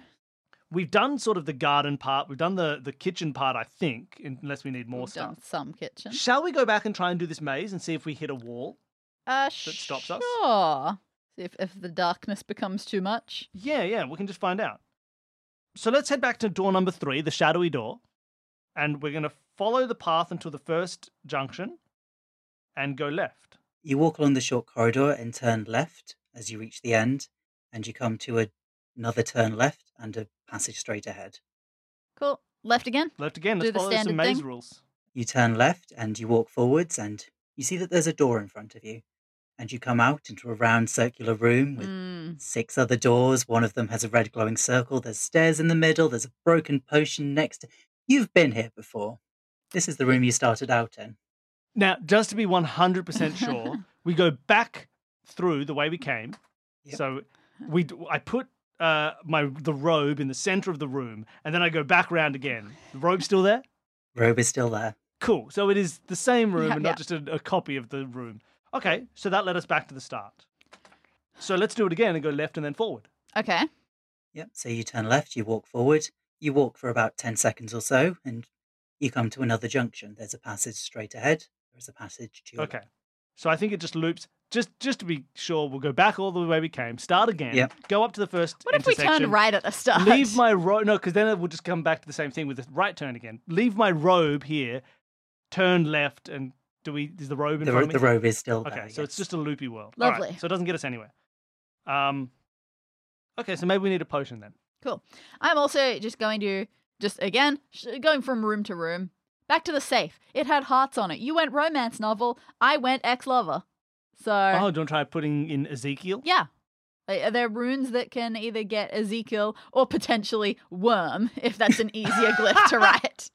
[SPEAKER 1] we've done sort of the garden part. We've done the the kitchen part, I think, unless we need more
[SPEAKER 2] We've
[SPEAKER 1] stuff.
[SPEAKER 2] done some kitchen.
[SPEAKER 1] Shall we go back and try and do this maze and see if we hit a wall?
[SPEAKER 2] Uh,
[SPEAKER 1] stops us?
[SPEAKER 2] sure. See if, if the darkness becomes too much.
[SPEAKER 1] Yeah, yeah, we can just find out. So let's head back to door number three, the shadowy door, and we're going to follow the path until the first junction and go left.
[SPEAKER 3] You walk along the short corridor and turn left as you reach the end, and you come to a, another turn left and a passage straight ahead.
[SPEAKER 2] Cool. Left again.
[SPEAKER 1] Left again.
[SPEAKER 2] Do
[SPEAKER 1] Let's
[SPEAKER 2] the
[SPEAKER 1] follow some
[SPEAKER 2] standard
[SPEAKER 1] maze
[SPEAKER 2] thing.
[SPEAKER 1] rules.
[SPEAKER 3] You turn left and you walk forwards, and you see that there's a door in front of you, and you come out into a round circular room with
[SPEAKER 2] Mm.
[SPEAKER 3] six other doors. One of them has a red glowing circle. There's stairs in the middle. There's a broken potion next. to... You've been here before. This is the room you started out in.
[SPEAKER 1] Now, just to be 100%
[SPEAKER 2] *laughs*
[SPEAKER 1] sure, we go back through the way we came.
[SPEAKER 3] Yep.
[SPEAKER 1] So we d- I put uh, my the robe in the center of the room and then I go back round again. The robe's still there?
[SPEAKER 3] Robe is still there.
[SPEAKER 1] Cool. So it is the same room
[SPEAKER 2] Yeah,
[SPEAKER 1] and not
[SPEAKER 2] yeah.
[SPEAKER 1] just a, a copy of the room. Okay, so that led us back to the start. So let's do it again and go left and then forward.
[SPEAKER 2] Okay.
[SPEAKER 3] Yep. So you turn left, you walk forward, you walk for about 10 seconds or so, and You come to another junction. There's a passage straight ahead. There's a passage to your
[SPEAKER 1] Okay. So I think it just loops. Just just to be sure, we'll go back all the way we came, start again,
[SPEAKER 3] Yep.
[SPEAKER 1] go up to the first
[SPEAKER 2] What if we
[SPEAKER 1] intersection,
[SPEAKER 2] turned right at the start?
[SPEAKER 1] Leave my robe. No, because then it will just come back to the same thing with the right turn again. Leave my robe here, turn left, and do we? Is the robe in
[SPEAKER 3] The, ro-
[SPEAKER 1] front
[SPEAKER 3] the
[SPEAKER 1] of me?
[SPEAKER 3] robe is still
[SPEAKER 1] okay,
[SPEAKER 3] there.
[SPEAKER 1] so it's
[SPEAKER 3] yes.
[SPEAKER 1] just a loopy world. All right,
[SPEAKER 2] Lovely.
[SPEAKER 1] so it doesn't get us anywhere. Um. Okay, so maybe we need a potion then.
[SPEAKER 2] I'm also just going to just again sh- going from room to room. Back to the safe. It had hearts on it. You went romance novel. I went ex lover. So
[SPEAKER 1] Oh, do you want to try putting in Ezekiel?
[SPEAKER 2] yeah, Like, are there runes that can either get Ezekiel or potentially worm if that's an easier glyph
[SPEAKER 1] *laughs*
[SPEAKER 2] to write?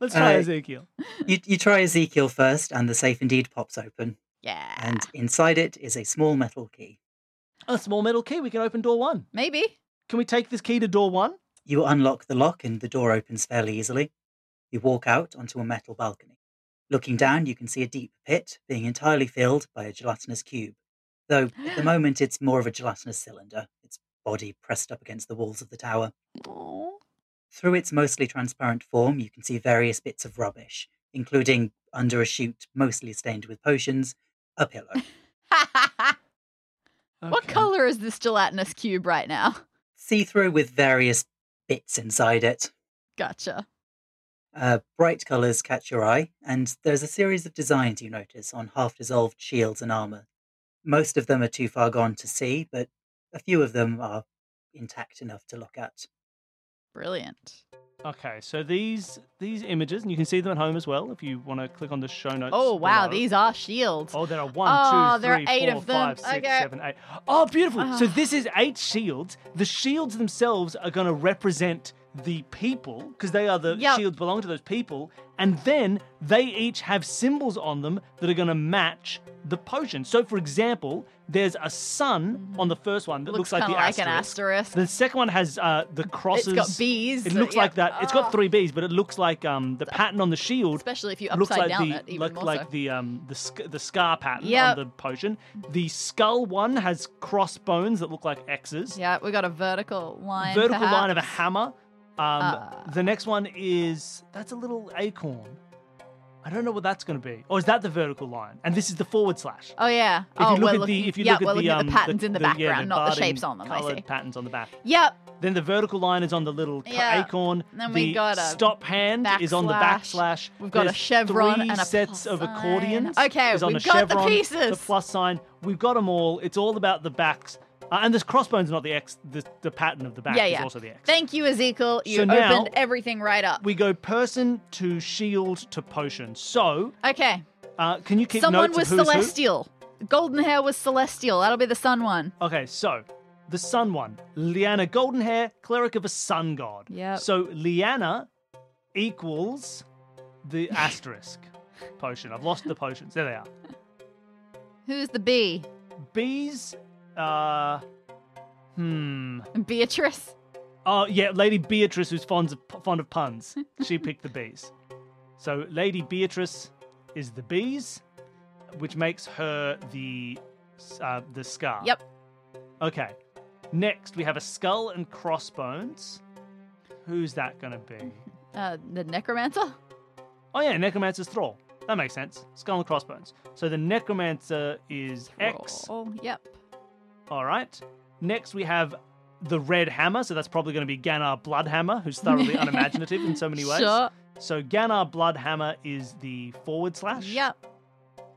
[SPEAKER 1] Let's try
[SPEAKER 3] Uh,
[SPEAKER 1] Ezekiel.
[SPEAKER 3] you, you try Ezekiel first, and the safe indeed pops open,
[SPEAKER 2] Yeah,
[SPEAKER 3] and inside it is a small metal key.
[SPEAKER 1] A small metal key. We can open door one.
[SPEAKER 2] maybe. *laughs*
[SPEAKER 1] Can we take this key to door one?
[SPEAKER 3] You unlock the lock, and the door opens fairly easily. You walk out onto a metal balcony. Looking down, you can see a deep pit being entirely filled by a gelatinous cube, though at the moment it's more of a gelatinous cylinder, its body pressed up against the walls of the tower. Through its mostly transparent form, you can see various bits of rubbish, including under a chute mostly stained with potions, a pillow.
[SPEAKER 2] What
[SPEAKER 1] Okay.
[SPEAKER 2] color is this gelatinous cube right now?
[SPEAKER 3] See through with various bits inside it.
[SPEAKER 2] Gotcha.
[SPEAKER 3] Uh, bright colours catch your eye, and there's a series of designs you notice on half dissolved shields and armour. Most of them are too far gone to see, but a few of them are intact enough to look at.
[SPEAKER 2] Brilliant.
[SPEAKER 1] Okay, so these these images, and you can see them at home as well. If you want to click on the show notes.
[SPEAKER 2] Oh wow,
[SPEAKER 1] below.
[SPEAKER 2] these are shields.
[SPEAKER 1] Oh, there are one,
[SPEAKER 2] Oh,
[SPEAKER 1] two,
[SPEAKER 2] there are
[SPEAKER 1] three,
[SPEAKER 2] eight
[SPEAKER 1] four,
[SPEAKER 2] of them.
[SPEAKER 1] five, six,
[SPEAKER 2] Okay.
[SPEAKER 1] seven, eight. Oh, beautiful. So
[SPEAKER 2] Ah.
[SPEAKER 1] this is eight shields. The shields themselves are going to represent the people because they are the
[SPEAKER 2] Yep.
[SPEAKER 1] shields belong to those people, and then they each have symbols on them that are going to match the potion. So, for example, there's a sun on the first one that looks, like the
[SPEAKER 2] kinda like an
[SPEAKER 1] asterisk.
[SPEAKER 2] asterisk.
[SPEAKER 1] The second one has uh, the crosses.
[SPEAKER 2] It's got bees.
[SPEAKER 1] It looks
[SPEAKER 2] yeah.
[SPEAKER 1] like that. It's
[SPEAKER 2] Ah.
[SPEAKER 1] got three B's, but it looks like um, the pattern on the shield
[SPEAKER 2] Especially if you
[SPEAKER 1] looks
[SPEAKER 2] upside
[SPEAKER 1] like
[SPEAKER 2] down
[SPEAKER 1] the
[SPEAKER 2] it, even
[SPEAKER 1] like,
[SPEAKER 2] more
[SPEAKER 1] like
[SPEAKER 2] so.
[SPEAKER 1] the um the sc- the scar pattern on
[SPEAKER 2] Yep.
[SPEAKER 1] the potion. The skull one has crossbones that look like X's.
[SPEAKER 2] Yeah, we got a vertical line.
[SPEAKER 1] vertical line of a
[SPEAKER 2] perhaps.
[SPEAKER 1] hammer. Um,
[SPEAKER 2] Ah.
[SPEAKER 1] the next one is that's a little acorn. I don't know what that's going to be. Or is that the vertical line? And this is the forward slash.
[SPEAKER 2] Oh yeah. If
[SPEAKER 1] If
[SPEAKER 2] oh,
[SPEAKER 1] you look
[SPEAKER 2] we're
[SPEAKER 1] at
[SPEAKER 2] looking,
[SPEAKER 1] the if you
[SPEAKER 2] yeah,
[SPEAKER 1] look at
[SPEAKER 2] we're
[SPEAKER 1] the,
[SPEAKER 2] looking
[SPEAKER 1] um,
[SPEAKER 2] at the patterns in the
[SPEAKER 1] yeah,
[SPEAKER 2] background, not the
[SPEAKER 1] barding
[SPEAKER 2] shapes on them. I
[SPEAKER 1] coloured
[SPEAKER 2] see.
[SPEAKER 1] patterns on the back.
[SPEAKER 2] Yep.
[SPEAKER 1] Then the vertical line is on the little c-
[SPEAKER 2] Yeah.
[SPEAKER 1] acorn.
[SPEAKER 2] And then we
[SPEAKER 1] the
[SPEAKER 2] got a
[SPEAKER 1] stop hand is on the
[SPEAKER 2] backslash.
[SPEAKER 1] backslash.
[SPEAKER 2] We've got
[SPEAKER 1] There's
[SPEAKER 2] a chevron
[SPEAKER 1] three
[SPEAKER 2] and a
[SPEAKER 1] sets
[SPEAKER 2] plus
[SPEAKER 1] of accordions.
[SPEAKER 2] sign. Okay,
[SPEAKER 1] is on
[SPEAKER 2] we've
[SPEAKER 1] a
[SPEAKER 2] got the
[SPEAKER 1] chevron, The
[SPEAKER 2] pieces.
[SPEAKER 1] plus sign. We've got them all. It's all about the backs. Uh, and this crossbones, not the X. The, the pattern of the back
[SPEAKER 2] Yeah,
[SPEAKER 1] is
[SPEAKER 2] yeah.
[SPEAKER 1] also the X.
[SPEAKER 2] Thank you, Ezekiel. You
[SPEAKER 1] So now-
[SPEAKER 2] opened everything right up.
[SPEAKER 1] we go person to shield to potion. So,
[SPEAKER 2] okay.
[SPEAKER 1] uh, can you keep
[SPEAKER 2] Someone
[SPEAKER 1] notes
[SPEAKER 2] was
[SPEAKER 1] of who's who?
[SPEAKER 2] celestial. Golden hair was celestial. That'll be the sun one.
[SPEAKER 1] Okay, so the sun one, Liana Goldenhair, cleric of a sun god.
[SPEAKER 2] Yep.
[SPEAKER 1] So Liana equals the *laughs* asterisk potion. I've lost the potions. There they are.
[SPEAKER 2] Who's the bee?
[SPEAKER 1] Bees. Uh, hmm.
[SPEAKER 2] Beatrice.
[SPEAKER 1] Oh yeah, Lady Beatrice, who's fond of fond of
[SPEAKER 2] *laughs*
[SPEAKER 1] puns. She picked the bees. So Lady Beatrice is the bees, which makes her the uh, the scar.
[SPEAKER 2] Yep.
[SPEAKER 1] Okay. Next, we have a skull and crossbones. Who's that going to be?
[SPEAKER 2] Uh, the necromancer.
[SPEAKER 1] Oh, yeah, Necromancer's Thrall. That makes sense. Skull and crossbones. So the Necromancer is X.
[SPEAKER 2] Oh, yep.
[SPEAKER 1] All right. Next, we have the Red Hammer. So that's probably going to be Ganar Bloodhammer, who's thoroughly unimaginative in so many ways.
[SPEAKER 2] Sure.
[SPEAKER 1] So Ganar Bloodhammer is the forward slash.
[SPEAKER 2] Yep.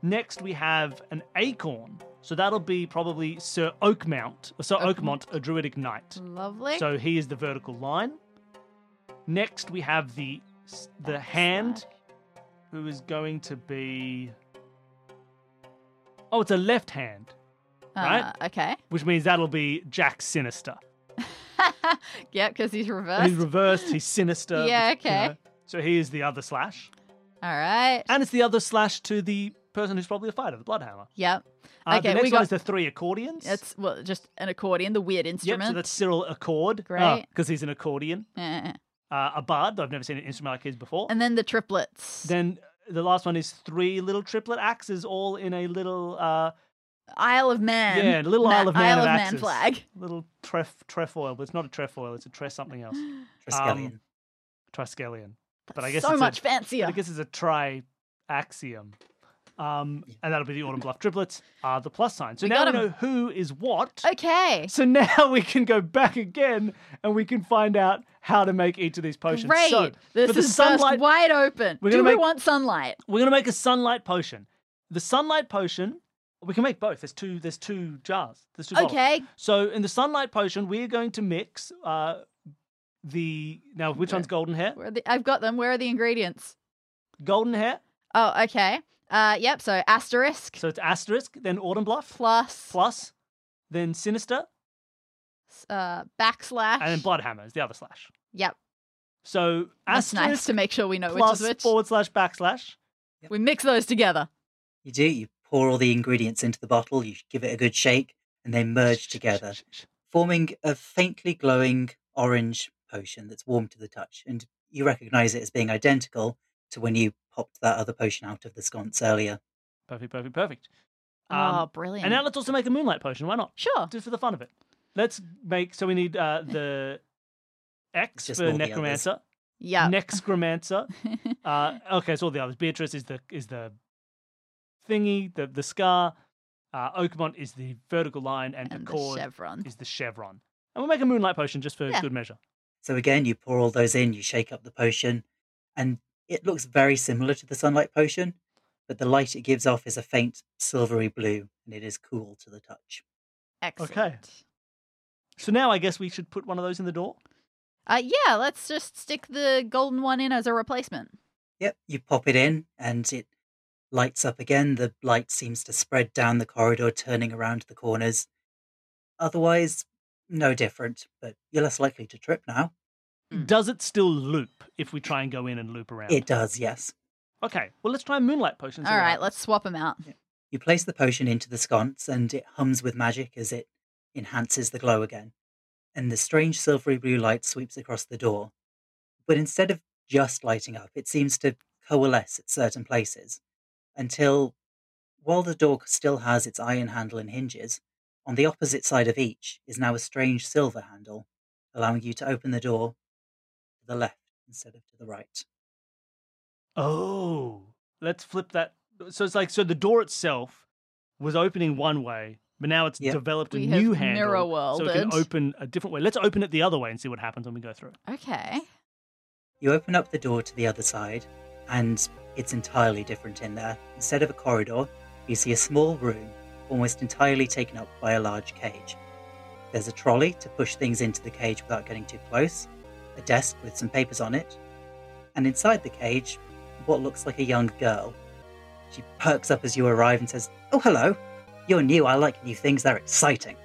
[SPEAKER 1] Next, we have an acorn. So that'll be probably Sir Oakmount, Sir
[SPEAKER 2] Oakmount.
[SPEAKER 1] Oakmont, a druidic knight.
[SPEAKER 2] Lovely.
[SPEAKER 1] So he is the vertical line. Next, we have the s- the hand, who is going to be. Oh, it's a left hand,
[SPEAKER 2] Uh, okay. *laughs*
[SPEAKER 1] which means that'll be Jack Sinister.
[SPEAKER 2] yep, because he's reversed.
[SPEAKER 1] He's reversed. He's sinister.
[SPEAKER 2] *laughs* Yeah,
[SPEAKER 1] which, you
[SPEAKER 2] okay.
[SPEAKER 1] know. So he is the other slash,
[SPEAKER 2] All right.
[SPEAKER 1] and it's the other slash to the person who's probably a fighter, the Bloodhammer.
[SPEAKER 2] Yep.
[SPEAKER 1] Uh,
[SPEAKER 2] Okay,
[SPEAKER 1] the next
[SPEAKER 2] we
[SPEAKER 1] one
[SPEAKER 2] got-
[SPEAKER 1] is the three accordions.
[SPEAKER 2] It's well, just an accordion, the weird
[SPEAKER 1] yep.
[SPEAKER 2] instrument.
[SPEAKER 1] So that's Cyril Accord.
[SPEAKER 2] Great.
[SPEAKER 1] Because he's an accordion,
[SPEAKER 2] Eh.
[SPEAKER 1] uh, a bard. though I've never seen an instrument like his before.
[SPEAKER 2] And then the triplets.
[SPEAKER 1] Then uh, the last one is three little triplet axes, all in a little uh,
[SPEAKER 2] Isle of Man.
[SPEAKER 1] yeah, a little
[SPEAKER 2] Ma-
[SPEAKER 1] Isle of Man of
[SPEAKER 2] Isle of Man
[SPEAKER 1] axes.
[SPEAKER 2] flag.
[SPEAKER 1] Little
[SPEAKER 2] *gasps*
[SPEAKER 1] tref trefoil, but it's not a trefoil; it's a tres something else.
[SPEAKER 3] Triskelion.
[SPEAKER 1] Triskelion. But I guess
[SPEAKER 2] so
[SPEAKER 1] it's a-
[SPEAKER 2] much fancier.
[SPEAKER 1] I guess it's a tri axiom. Um, and that'll be the Autumn Bluff triplets are the plus sign. So
[SPEAKER 2] We
[SPEAKER 1] now
[SPEAKER 2] got
[SPEAKER 1] we
[SPEAKER 2] 'em.
[SPEAKER 1] know who is what.
[SPEAKER 2] Okay.
[SPEAKER 1] So *laughs* now we can go back again and we can find out how to make each of these potions.
[SPEAKER 2] Great.
[SPEAKER 1] So
[SPEAKER 2] this
[SPEAKER 1] for the
[SPEAKER 2] is
[SPEAKER 1] sunlight,
[SPEAKER 2] burst wide open.
[SPEAKER 1] We're
[SPEAKER 2] Do
[SPEAKER 1] gonna
[SPEAKER 2] we
[SPEAKER 1] make-
[SPEAKER 2] want sunlight?
[SPEAKER 1] we're gonna make a sunlight potion. The sunlight potion, we can make both. There's two. There's two jars. There's two. bottles.
[SPEAKER 2] Okay.
[SPEAKER 1] So in the sunlight potion, we're going to mix uh, the now which one's golden hair?
[SPEAKER 2] Where are the... I've got them. Where are the ingredients?
[SPEAKER 1] Golden hair.
[SPEAKER 2] Oh, okay. Uh, yep. So asterisk
[SPEAKER 1] So it's asterisk, then autumn bluff
[SPEAKER 2] plus,
[SPEAKER 1] plus, then sinister,
[SPEAKER 2] uh, backslash.
[SPEAKER 1] and then bloodhammer is the other slash.
[SPEAKER 2] Yep.
[SPEAKER 1] So
[SPEAKER 2] That's
[SPEAKER 1] asterisk
[SPEAKER 2] nice to make sure we know
[SPEAKER 1] plus
[SPEAKER 2] which is which.
[SPEAKER 1] forward slash backslash.
[SPEAKER 2] We mix those together.
[SPEAKER 3] You do, you pour all the ingredients into the bottle, you give it a good shake, and they merge together, forming a faintly glowing orange potion that's warm to the touch. And you recognize it as being identical to when you popped that other potion out of the sconce earlier.
[SPEAKER 1] Perfect, perfect, perfect.
[SPEAKER 2] oh,
[SPEAKER 1] Um,
[SPEAKER 2] brilliant.
[SPEAKER 1] and now let's also make a moonlight potion. Why not?
[SPEAKER 2] Sure.
[SPEAKER 1] Just for the fun of it. Let's make. So we need uh,
[SPEAKER 3] *laughs*
[SPEAKER 1] the X
[SPEAKER 3] Just
[SPEAKER 1] for
[SPEAKER 3] all the others.
[SPEAKER 1] necromancer.
[SPEAKER 2] Yeah.
[SPEAKER 1] Necromancer. Uh, okay, so all the others. Beatrice is the is the thingy, the the scar. Uh, Oakmont is the vertical line, and,
[SPEAKER 2] *laughs* and the
[SPEAKER 1] Picard
[SPEAKER 2] chevron.
[SPEAKER 1] is the chevron. And we'll make a moonlight potion just for
[SPEAKER 2] Yeah.
[SPEAKER 1] good measure.
[SPEAKER 3] So again, you pour all those in, you shake up the potion, and it looks very similar to the sunlight potion, but the light it gives off is a faint silvery blue, and it is cool to the touch.
[SPEAKER 2] Excellent.
[SPEAKER 1] So now I guess we should put one of those in the door.
[SPEAKER 2] Uh, yeah, let's just stick the golden one in as a replacement.
[SPEAKER 3] Yep, you pop it in and it lights up again. The light seems to spread down the corridor, turning around the corners. Otherwise, no different, but you're less likely to trip now.
[SPEAKER 2] Mm.
[SPEAKER 1] Does it still loop if we try and go in and loop around?
[SPEAKER 3] It does, yes.
[SPEAKER 1] Okay, well let's try moonlight potion.
[SPEAKER 2] All right, let's swap them out.
[SPEAKER 3] You place the potion into the sconce and it hums with magic as it enhances the glow again. And the strange silvery blue light sweeps across the door. But instead of just lighting up, it seems to coalesce at certain places until, while the door still has its iron handle and hinges, on the opposite side of each is now a strange silver handle, allowing you to open the door to the left instead of to the right.
[SPEAKER 1] Oh, let's flip that. So it's like so the door itself was opening one way, but now it's
[SPEAKER 3] Yep.
[SPEAKER 1] developed a
[SPEAKER 2] We have
[SPEAKER 1] new handle,
[SPEAKER 2] mirror
[SPEAKER 1] so it can
[SPEAKER 2] worlded.
[SPEAKER 1] open a different way. Let's open it the other way and see what happens when we go through.
[SPEAKER 2] Okay.
[SPEAKER 3] You open up the door to the other side, and it's entirely different in there. Instead of a corridor, you see a small room, almost entirely taken up by a large cage. There's a trolley to push things into the cage without getting too close, a desk with some papers on it, and inside the cage, what looks like a young girl. She perks up as you arrive and says, Oh, hello. You're new. I like new things. They're exciting.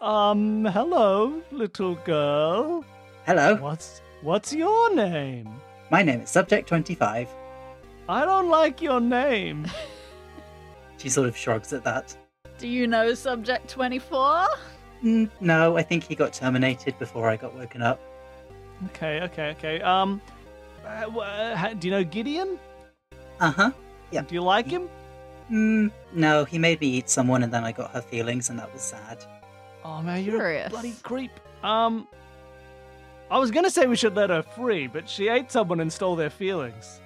[SPEAKER 1] Um, hello, little girl.
[SPEAKER 3] Hello.
[SPEAKER 1] What's what's your name?
[SPEAKER 3] My name is Subject 25.
[SPEAKER 1] I don't like your
[SPEAKER 2] *laughs*
[SPEAKER 1] name.
[SPEAKER 3] She sort of shrugs at that.
[SPEAKER 2] Do you know subject 24?
[SPEAKER 3] Mm, no, I think he got terminated before I got woken up.
[SPEAKER 1] okay, okay, okay. Um, uh, wh- uh, ha- do you know Gideon?
[SPEAKER 3] Uh huh. Yeah.
[SPEAKER 1] Do you like him?
[SPEAKER 3] Mm, no, he made me eat someone and then I got her feelings and that was sad.
[SPEAKER 1] Oh man, you're a
[SPEAKER 2] Curious.
[SPEAKER 1] bloody creep. Um, I was gonna say we should let her free, but she ate someone and stole their feelings.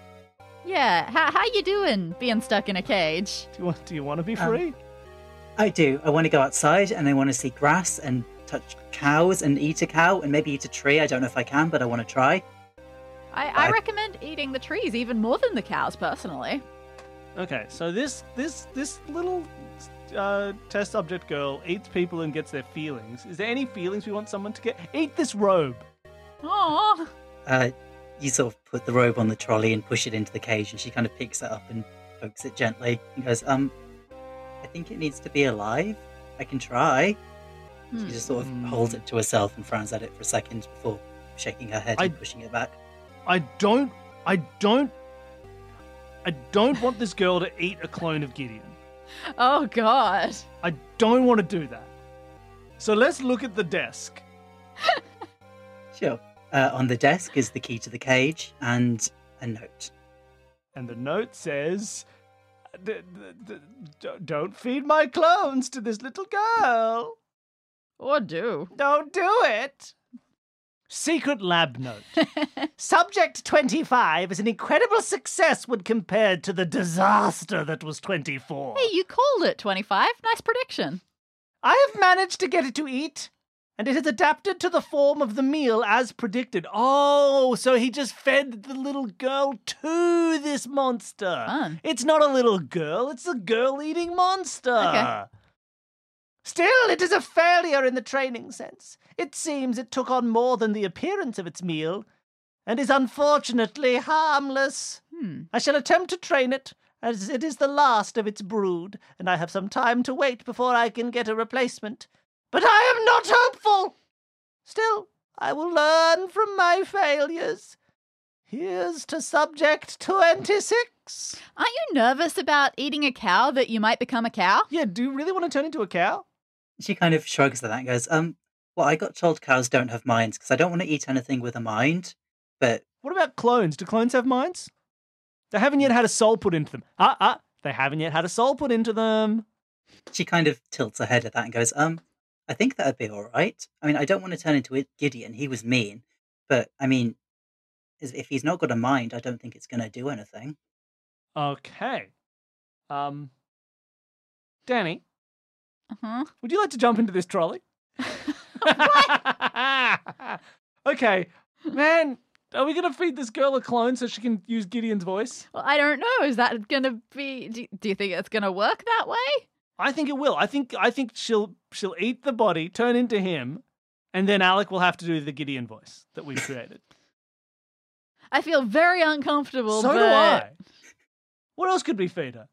[SPEAKER 2] Yeah. How how you doing being stuck in a cage?
[SPEAKER 1] Do you want? Do you want to be
[SPEAKER 3] Um,
[SPEAKER 1] free?
[SPEAKER 3] I do. I want to go outside and I want to see grass and touch cows and eat a cow and maybe eat a tree. I don't know if I can, but I want to try.
[SPEAKER 2] I,
[SPEAKER 3] I-
[SPEAKER 2] I recommend eating the trees even more than the cows, personally.
[SPEAKER 1] okay, so this this this little uh, test subject girl eats people and gets their feelings. Is there any feelings we want someone to get? Eat this robe.
[SPEAKER 2] Oh,
[SPEAKER 3] Uh, you sort of put the robe on the trolley and push it into the cage and she kind of picks it up and pokes it gently and goes, um, I think it needs to be alive. I can try. She just sort of
[SPEAKER 1] Hmm.
[SPEAKER 3] holds it to herself and frowns at it for a second before shaking her head
[SPEAKER 1] I-
[SPEAKER 3] and pushing it back.
[SPEAKER 1] I don't. I don't. I don't want this girl to eat a clone of Gideon.
[SPEAKER 2] oh God.
[SPEAKER 1] I don't want to do that. So let's look at the desk.
[SPEAKER 3] Sure. Uh, on the desk is the key to the cage and a note.
[SPEAKER 1] and the note says, d- d- d- d- "Don't feed my clones to this little girl.
[SPEAKER 2] Or do.
[SPEAKER 1] Don't do it." Secret lab note. Subject 25 is an incredible success when compared to the disaster that was 24.
[SPEAKER 2] Hey, you called it 25. Nice prediction.
[SPEAKER 1] I have managed to get it to eat, and it has adapted to the form of the meal as predicted. Oh, so he just fed the little girl to this monster.
[SPEAKER 2] Fun.
[SPEAKER 1] It's not a little girl, it's a girl eating monster.
[SPEAKER 2] Okay.
[SPEAKER 1] Still, it is a failure in the training sense. It seems it took on more than the appearance of its meal and is unfortunately harmless.
[SPEAKER 2] Hmm.
[SPEAKER 1] I shall attempt to train it, as it is the last of its brood, and I have some time to wait before I can get a replacement. But I am not hopeful! Still, I will learn from my failures. Here's to subject 26.
[SPEAKER 2] Aren't you nervous about eating a cow that you might become a cow?
[SPEAKER 1] Yeah, do you really want to turn into a cow?
[SPEAKER 3] She kind of shrugs at that and goes, um, well, I got told cows don't have minds because I don't want to eat anything with a mind. But
[SPEAKER 1] What about clones? Do clones have minds? They haven't yet had a soul put into them. Ah, ah, they haven't yet had a soul put into them.
[SPEAKER 3] she kind of tilts her head at that and goes, um, I think that'd be all right. I mean, I don't want to turn into a Gideon. He was mean. But, I mean, is- if he's not got a mind, I don't think it's going to do anything.
[SPEAKER 1] Okay. Um, Danny,
[SPEAKER 2] Uh-huh.
[SPEAKER 1] Would you like to jump into this *laughs* trolley? okay, man, are we gonna feed this girl a clone so she can use Gideon's voice?
[SPEAKER 2] Well, I don't know. Is that going to be. Do, do you think it's going to work that way?
[SPEAKER 1] I think it will. I think I think she'll she'll eat the body, turn into him, and then Alec will have to do the Gideon voice that we've
[SPEAKER 2] *laughs*
[SPEAKER 1] created.
[SPEAKER 2] I feel very uncomfortable.
[SPEAKER 1] so do
[SPEAKER 2] but-
[SPEAKER 1] I. What else could we feed her?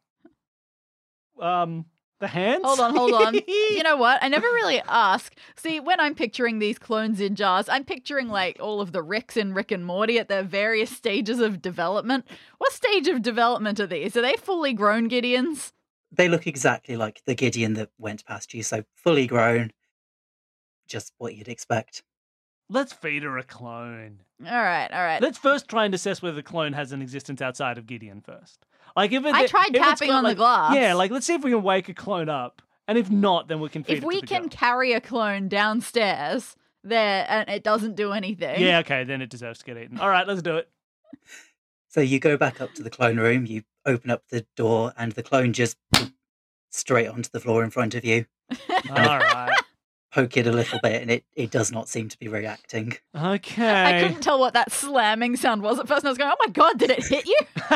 [SPEAKER 1] Um, the hands.
[SPEAKER 2] Hold on,
[SPEAKER 1] *laughs*
[SPEAKER 2] hold on. you know what? I never really ask. See, when I'm picturing these clones in jars, I'm picturing like all of the Ricks in Rick and Morty at their various stages of development. What stage of development are these? Are they fully grown Gideons?
[SPEAKER 3] They look exactly like the Gideon that went past you. So, fully grown, just what you'd expect.
[SPEAKER 1] Let's feed her a clone.
[SPEAKER 2] All right, all right.
[SPEAKER 1] Let's first try and assess whether the clone has an existence outside of Gideon first. Like if it,
[SPEAKER 2] I
[SPEAKER 1] if
[SPEAKER 2] tried
[SPEAKER 1] it's
[SPEAKER 2] tapping
[SPEAKER 1] got,
[SPEAKER 2] on the
[SPEAKER 1] like-
[SPEAKER 2] glass.
[SPEAKER 1] Yeah, like let's see if we can wake a clone up, and if not, then we can feed it
[SPEAKER 2] if
[SPEAKER 1] to
[SPEAKER 2] we
[SPEAKER 1] the
[SPEAKER 2] can
[SPEAKER 1] girl.
[SPEAKER 2] carry a clone downstairs there and it doesn't do anything.
[SPEAKER 1] Yeah, okay, then it deserves to get eaten. All right, let's do it.
[SPEAKER 2] *laughs*
[SPEAKER 3] So you go back up to the clone room, you open up the door, and the clone just straight onto the floor in front of you.
[SPEAKER 1] All right,
[SPEAKER 3] Poke it a little bit, and it, it does not seem to be reacting.
[SPEAKER 2] I
[SPEAKER 1] okay.
[SPEAKER 2] couldn't tell what that slamming sound was at first, and I was going, "Oh my god, did it hit you?" *laughs*
[SPEAKER 1] *laughs*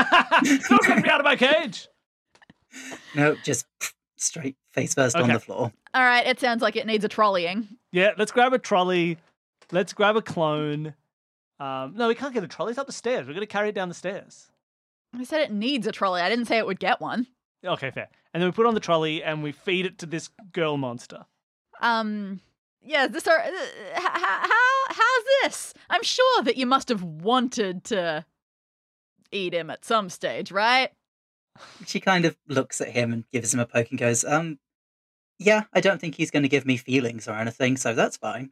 [SPEAKER 1] Don't let me out of my cage.
[SPEAKER 3] No, just straight face first on
[SPEAKER 1] Okay.
[SPEAKER 3] the floor.
[SPEAKER 2] All right, it sounds like it needs a trolleying.
[SPEAKER 1] Yeah, let's grab a trolley. Let's grab a clone. Um, no, we can't get a trolley. It's up the stairs. We're gonna carry it down the stairs.
[SPEAKER 2] I said it needs a trolley. I didn't say it would get one.
[SPEAKER 1] Okay, fair. And then we put it on the trolley and we feed it to this girl monster.
[SPEAKER 2] Um, yeah, this are, uh, h- h- how how's this? I'm sure that you must have wanted to eat him at some stage, right?
[SPEAKER 3] She kind of looks at him and gives him a poke and goes, um, yeah, I don't think he's going to give me feelings or anything, so that's fine.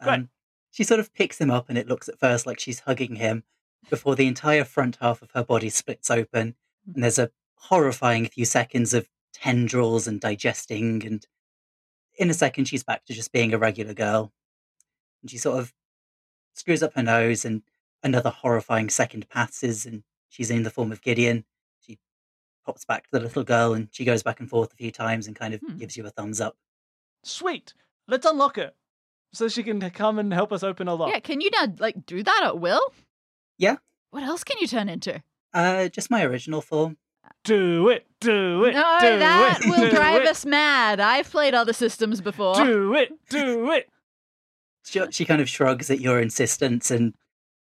[SPEAKER 3] Um,
[SPEAKER 1] Great.
[SPEAKER 3] she sort of picks him up, and it looks at first like she's hugging him before the entire front half of her body splits open, and there's a horrifying few seconds of tendrils and digesting, and in a second she's back to just being a regular girl. And she sort of screws up her nose, and another horrifying second passes, and she's in the form of Gideon. She pops back to the little girl, and she goes back and forth a few times and kind of
[SPEAKER 2] Hmm.
[SPEAKER 3] gives you a thumbs up.
[SPEAKER 1] Sweet. Let's unlock her so she can come and help us open a lock.
[SPEAKER 2] Yeah. Can you now like do that at will?
[SPEAKER 3] Yeah.
[SPEAKER 2] What else can you turn into?
[SPEAKER 3] Uh, just my original form.
[SPEAKER 1] Do it, do *laughs* it,
[SPEAKER 2] no,
[SPEAKER 1] do
[SPEAKER 2] that
[SPEAKER 1] it, *laughs* do
[SPEAKER 2] will drive
[SPEAKER 1] it,
[SPEAKER 2] us mad. I've played other systems before.
[SPEAKER 1] Do it, do it.
[SPEAKER 3] She, she kind of shrugs at your insistence, and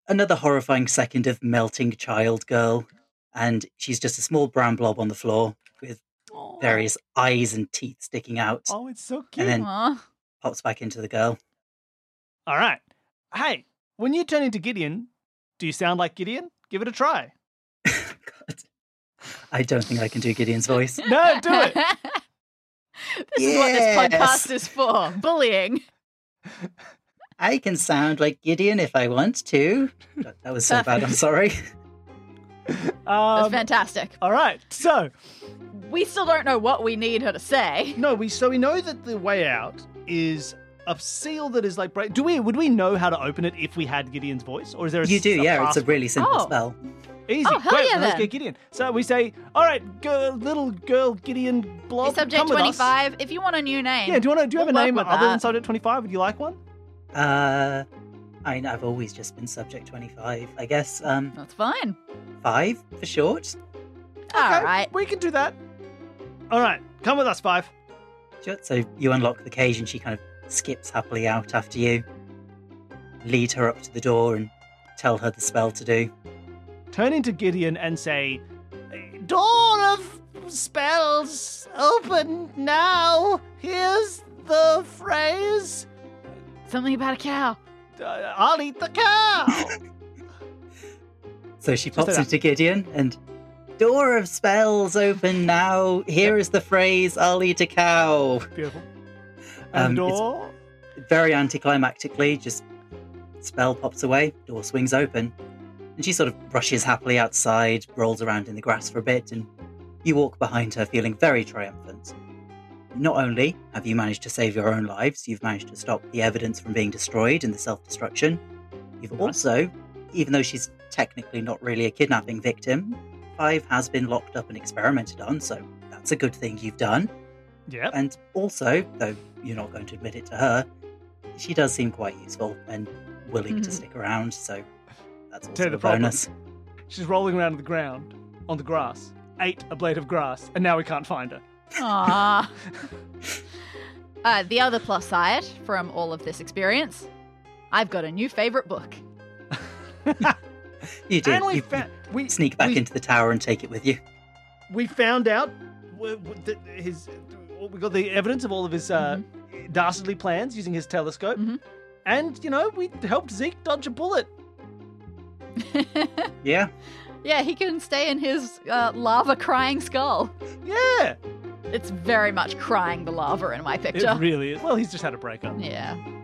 [SPEAKER 3] another horrifying second of melting child girl, and she's just a small brown blob on the floor with various eyes and teeth sticking out.
[SPEAKER 1] *laughs* Oh, it's so cute.
[SPEAKER 3] and then
[SPEAKER 2] Aw.
[SPEAKER 3] pops back into the girl.
[SPEAKER 1] All right. Hey, when you turn into Gideon, do you sound like Gideon? Give it a try.
[SPEAKER 3] God. I don't think I can do Gideon's voice.
[SPEAKER 1] No, do it.
[SPEAKER 2] *laughs* this is what this
[SPEAKER 3] Yes.
[SPEAKER 2] podcast is for. Bullying.
[SPEAKER 3] I can sound like Gideon if I want to. That, that was
[SPEAKER 2] *laughs*
[SPEAKER 3] so bad. I'm sorry.
[SPEAKER 2] That's
[SPEAKER 1] Um,
[SPEAKER 2] fantastic.
[SPEAKER 1] all right. So,
[SPEAKER 2] We still don't know what we need her to say.
[SPEAKER 1] no, we so we know that the way out is a seal that is like break. Do we would we know how to open it if we had Gideon's voice, or is there a
[SPEAKER 3] You do,
[SPEAKER 1] s- a
[SPEAKER 3] yeah. It's a
[SPEAKER 1] password?
[SPEAKER 3] really simple
[SPEAKER 2] Oh.
[SPEAKER 3] spell.
[SPEAKER 1] Easy.
[SPEAKER 2] Oh, hell
[SPEAKER 1] Great.
[SPEAKER 2] yeah,
[SPEAKER 1] Let's
[SPEAKER 2] then.
[SPEAKER 1] get Gideon. So we say, all right, girl, little girl Gideon Blob.
[SPEAKER 2] Subject
[SPEAKER 1] come with us."
[SPEAKER 2] 25. If you want a new name.
[SPEAKER 1] Yeah, do you want to, do you have
[SPEAKER 2] We'll
[SPEAKER 1] a name
[SPEAKER 2] work
[SPEAKER 1] other
[SPEAKER 2] with
[SPEAKER 1] than
[SPEAKER 2] that.
[SPEAKER 1] Subject 25? Would you like one?
[SPEAKER 3] Uh, I mean, I've always just been subject twenty-five. I guess um,
[SPEAKER 2] That's fine.
[SPEAKER 3] five for short.
[SPEAKER 2] All
[SPEAKER 1] Okay,
[SPEAKER 2] right.
[SPEAKER 1] We can do that. All right, come with us, Five.
[SPEAKER 3] Sure, So you unlock the cage, and she kind of skips happily out after you. Lead her up to the door and tell her the spell to do.
[SPEAKER 1] Turn into Gideon and say,
[SPEAKER 4] Door of spells open now. Here's the phrase
[SPEAKER 2] Something about a cow.
[SPEAKER 1] uh, I'll eat the
[SPEAKER 3] *laughs*
[SPEAKER 1] cow.
[SPEAKER 3] So she
[SPEAKER 1] do
[SPEAKER 3] pops
[SPEAKER 1] that.
[SPEAKER 3] into Gideon and door of spells open now. Here is the phrase: "I'll eat a cow."
[SPEAKER 1] Beautiful. And
[SPEAKER 3] Um, it's-
[SPEAKER 1] door.
[SPEAKER 3] very anticlimactically, just spell pops away, door swings open, and she sort of rushes happily outside, rolls around in the grass for a bit, and you walk behind her feeling very triumphant. Not only have you managed to save your own lives, you've managed to stop the evidence from being destroyed and the self destruction. You've
[SPEAKER 1] Nice.
[SPEAKER 3] also, even though she's technically not really a kidnapping victim, Five has been locked up and experimented on, so that's a good thing you've done.
[SPEAKER 1] Yep.
[SPEAKER 3] And also, though you're not going to admit it to her, she does seem quite useful and willing to
[SPEAKER 2] Mhm.
[SPEAKER 3] stick around, so that's
[SPEAKER 1] Mm-hmm. Tell
[SPEAKER 3] also
[SPEAKER 1] you
[SPEAKER 3] a
[SPEAKER 1] the problem.
[SPEAKER 3] bonus.
[SPEAKER 1] She's rolling around on the ground, on the grass, ate a blade of grass, and now we can't find her.
[SPEAKER 2] Aww.
[SPEAKER 1] *laughs*
[SPEAKER 2] *laughs* uh, the other plus side from all of this experience, I've got a new favorite book. *laughs*
[SPEAKER 3] You do.
[SPEAKER 1] And we,
[SPEAKER 3] You,
[SPEAKER 1] fa- we
[SPEAKER 3] you sneak back
[SPEAKER 1] we-
[SPEAKER 3] into the tower and take it with you.
[SPEAKER 1] we found out w- w- th- his we got the evidence of all of his uh,
[SPEAKER 3] Mm-hmm.
[SPEAKER 1] dastardly plans using his telescope
[SPEAKER 2] Mhm.
[SPEAKER 1] and you know we helped zeke dodge a bullet
[SPEAKER 3] Yeah.
[SPEAKER 2] yeah, he can stay in his uh, lava crying skull.
[SPEAKER 1] yeah
[SPEAKER 2] It's very much crying the lava in my
[SPEAKER 1] it
[SPEAKER 2] picture.
[SPEAKER 1] really is well he's just had a breakup
[SPEAKER 2] *laughs* yeah.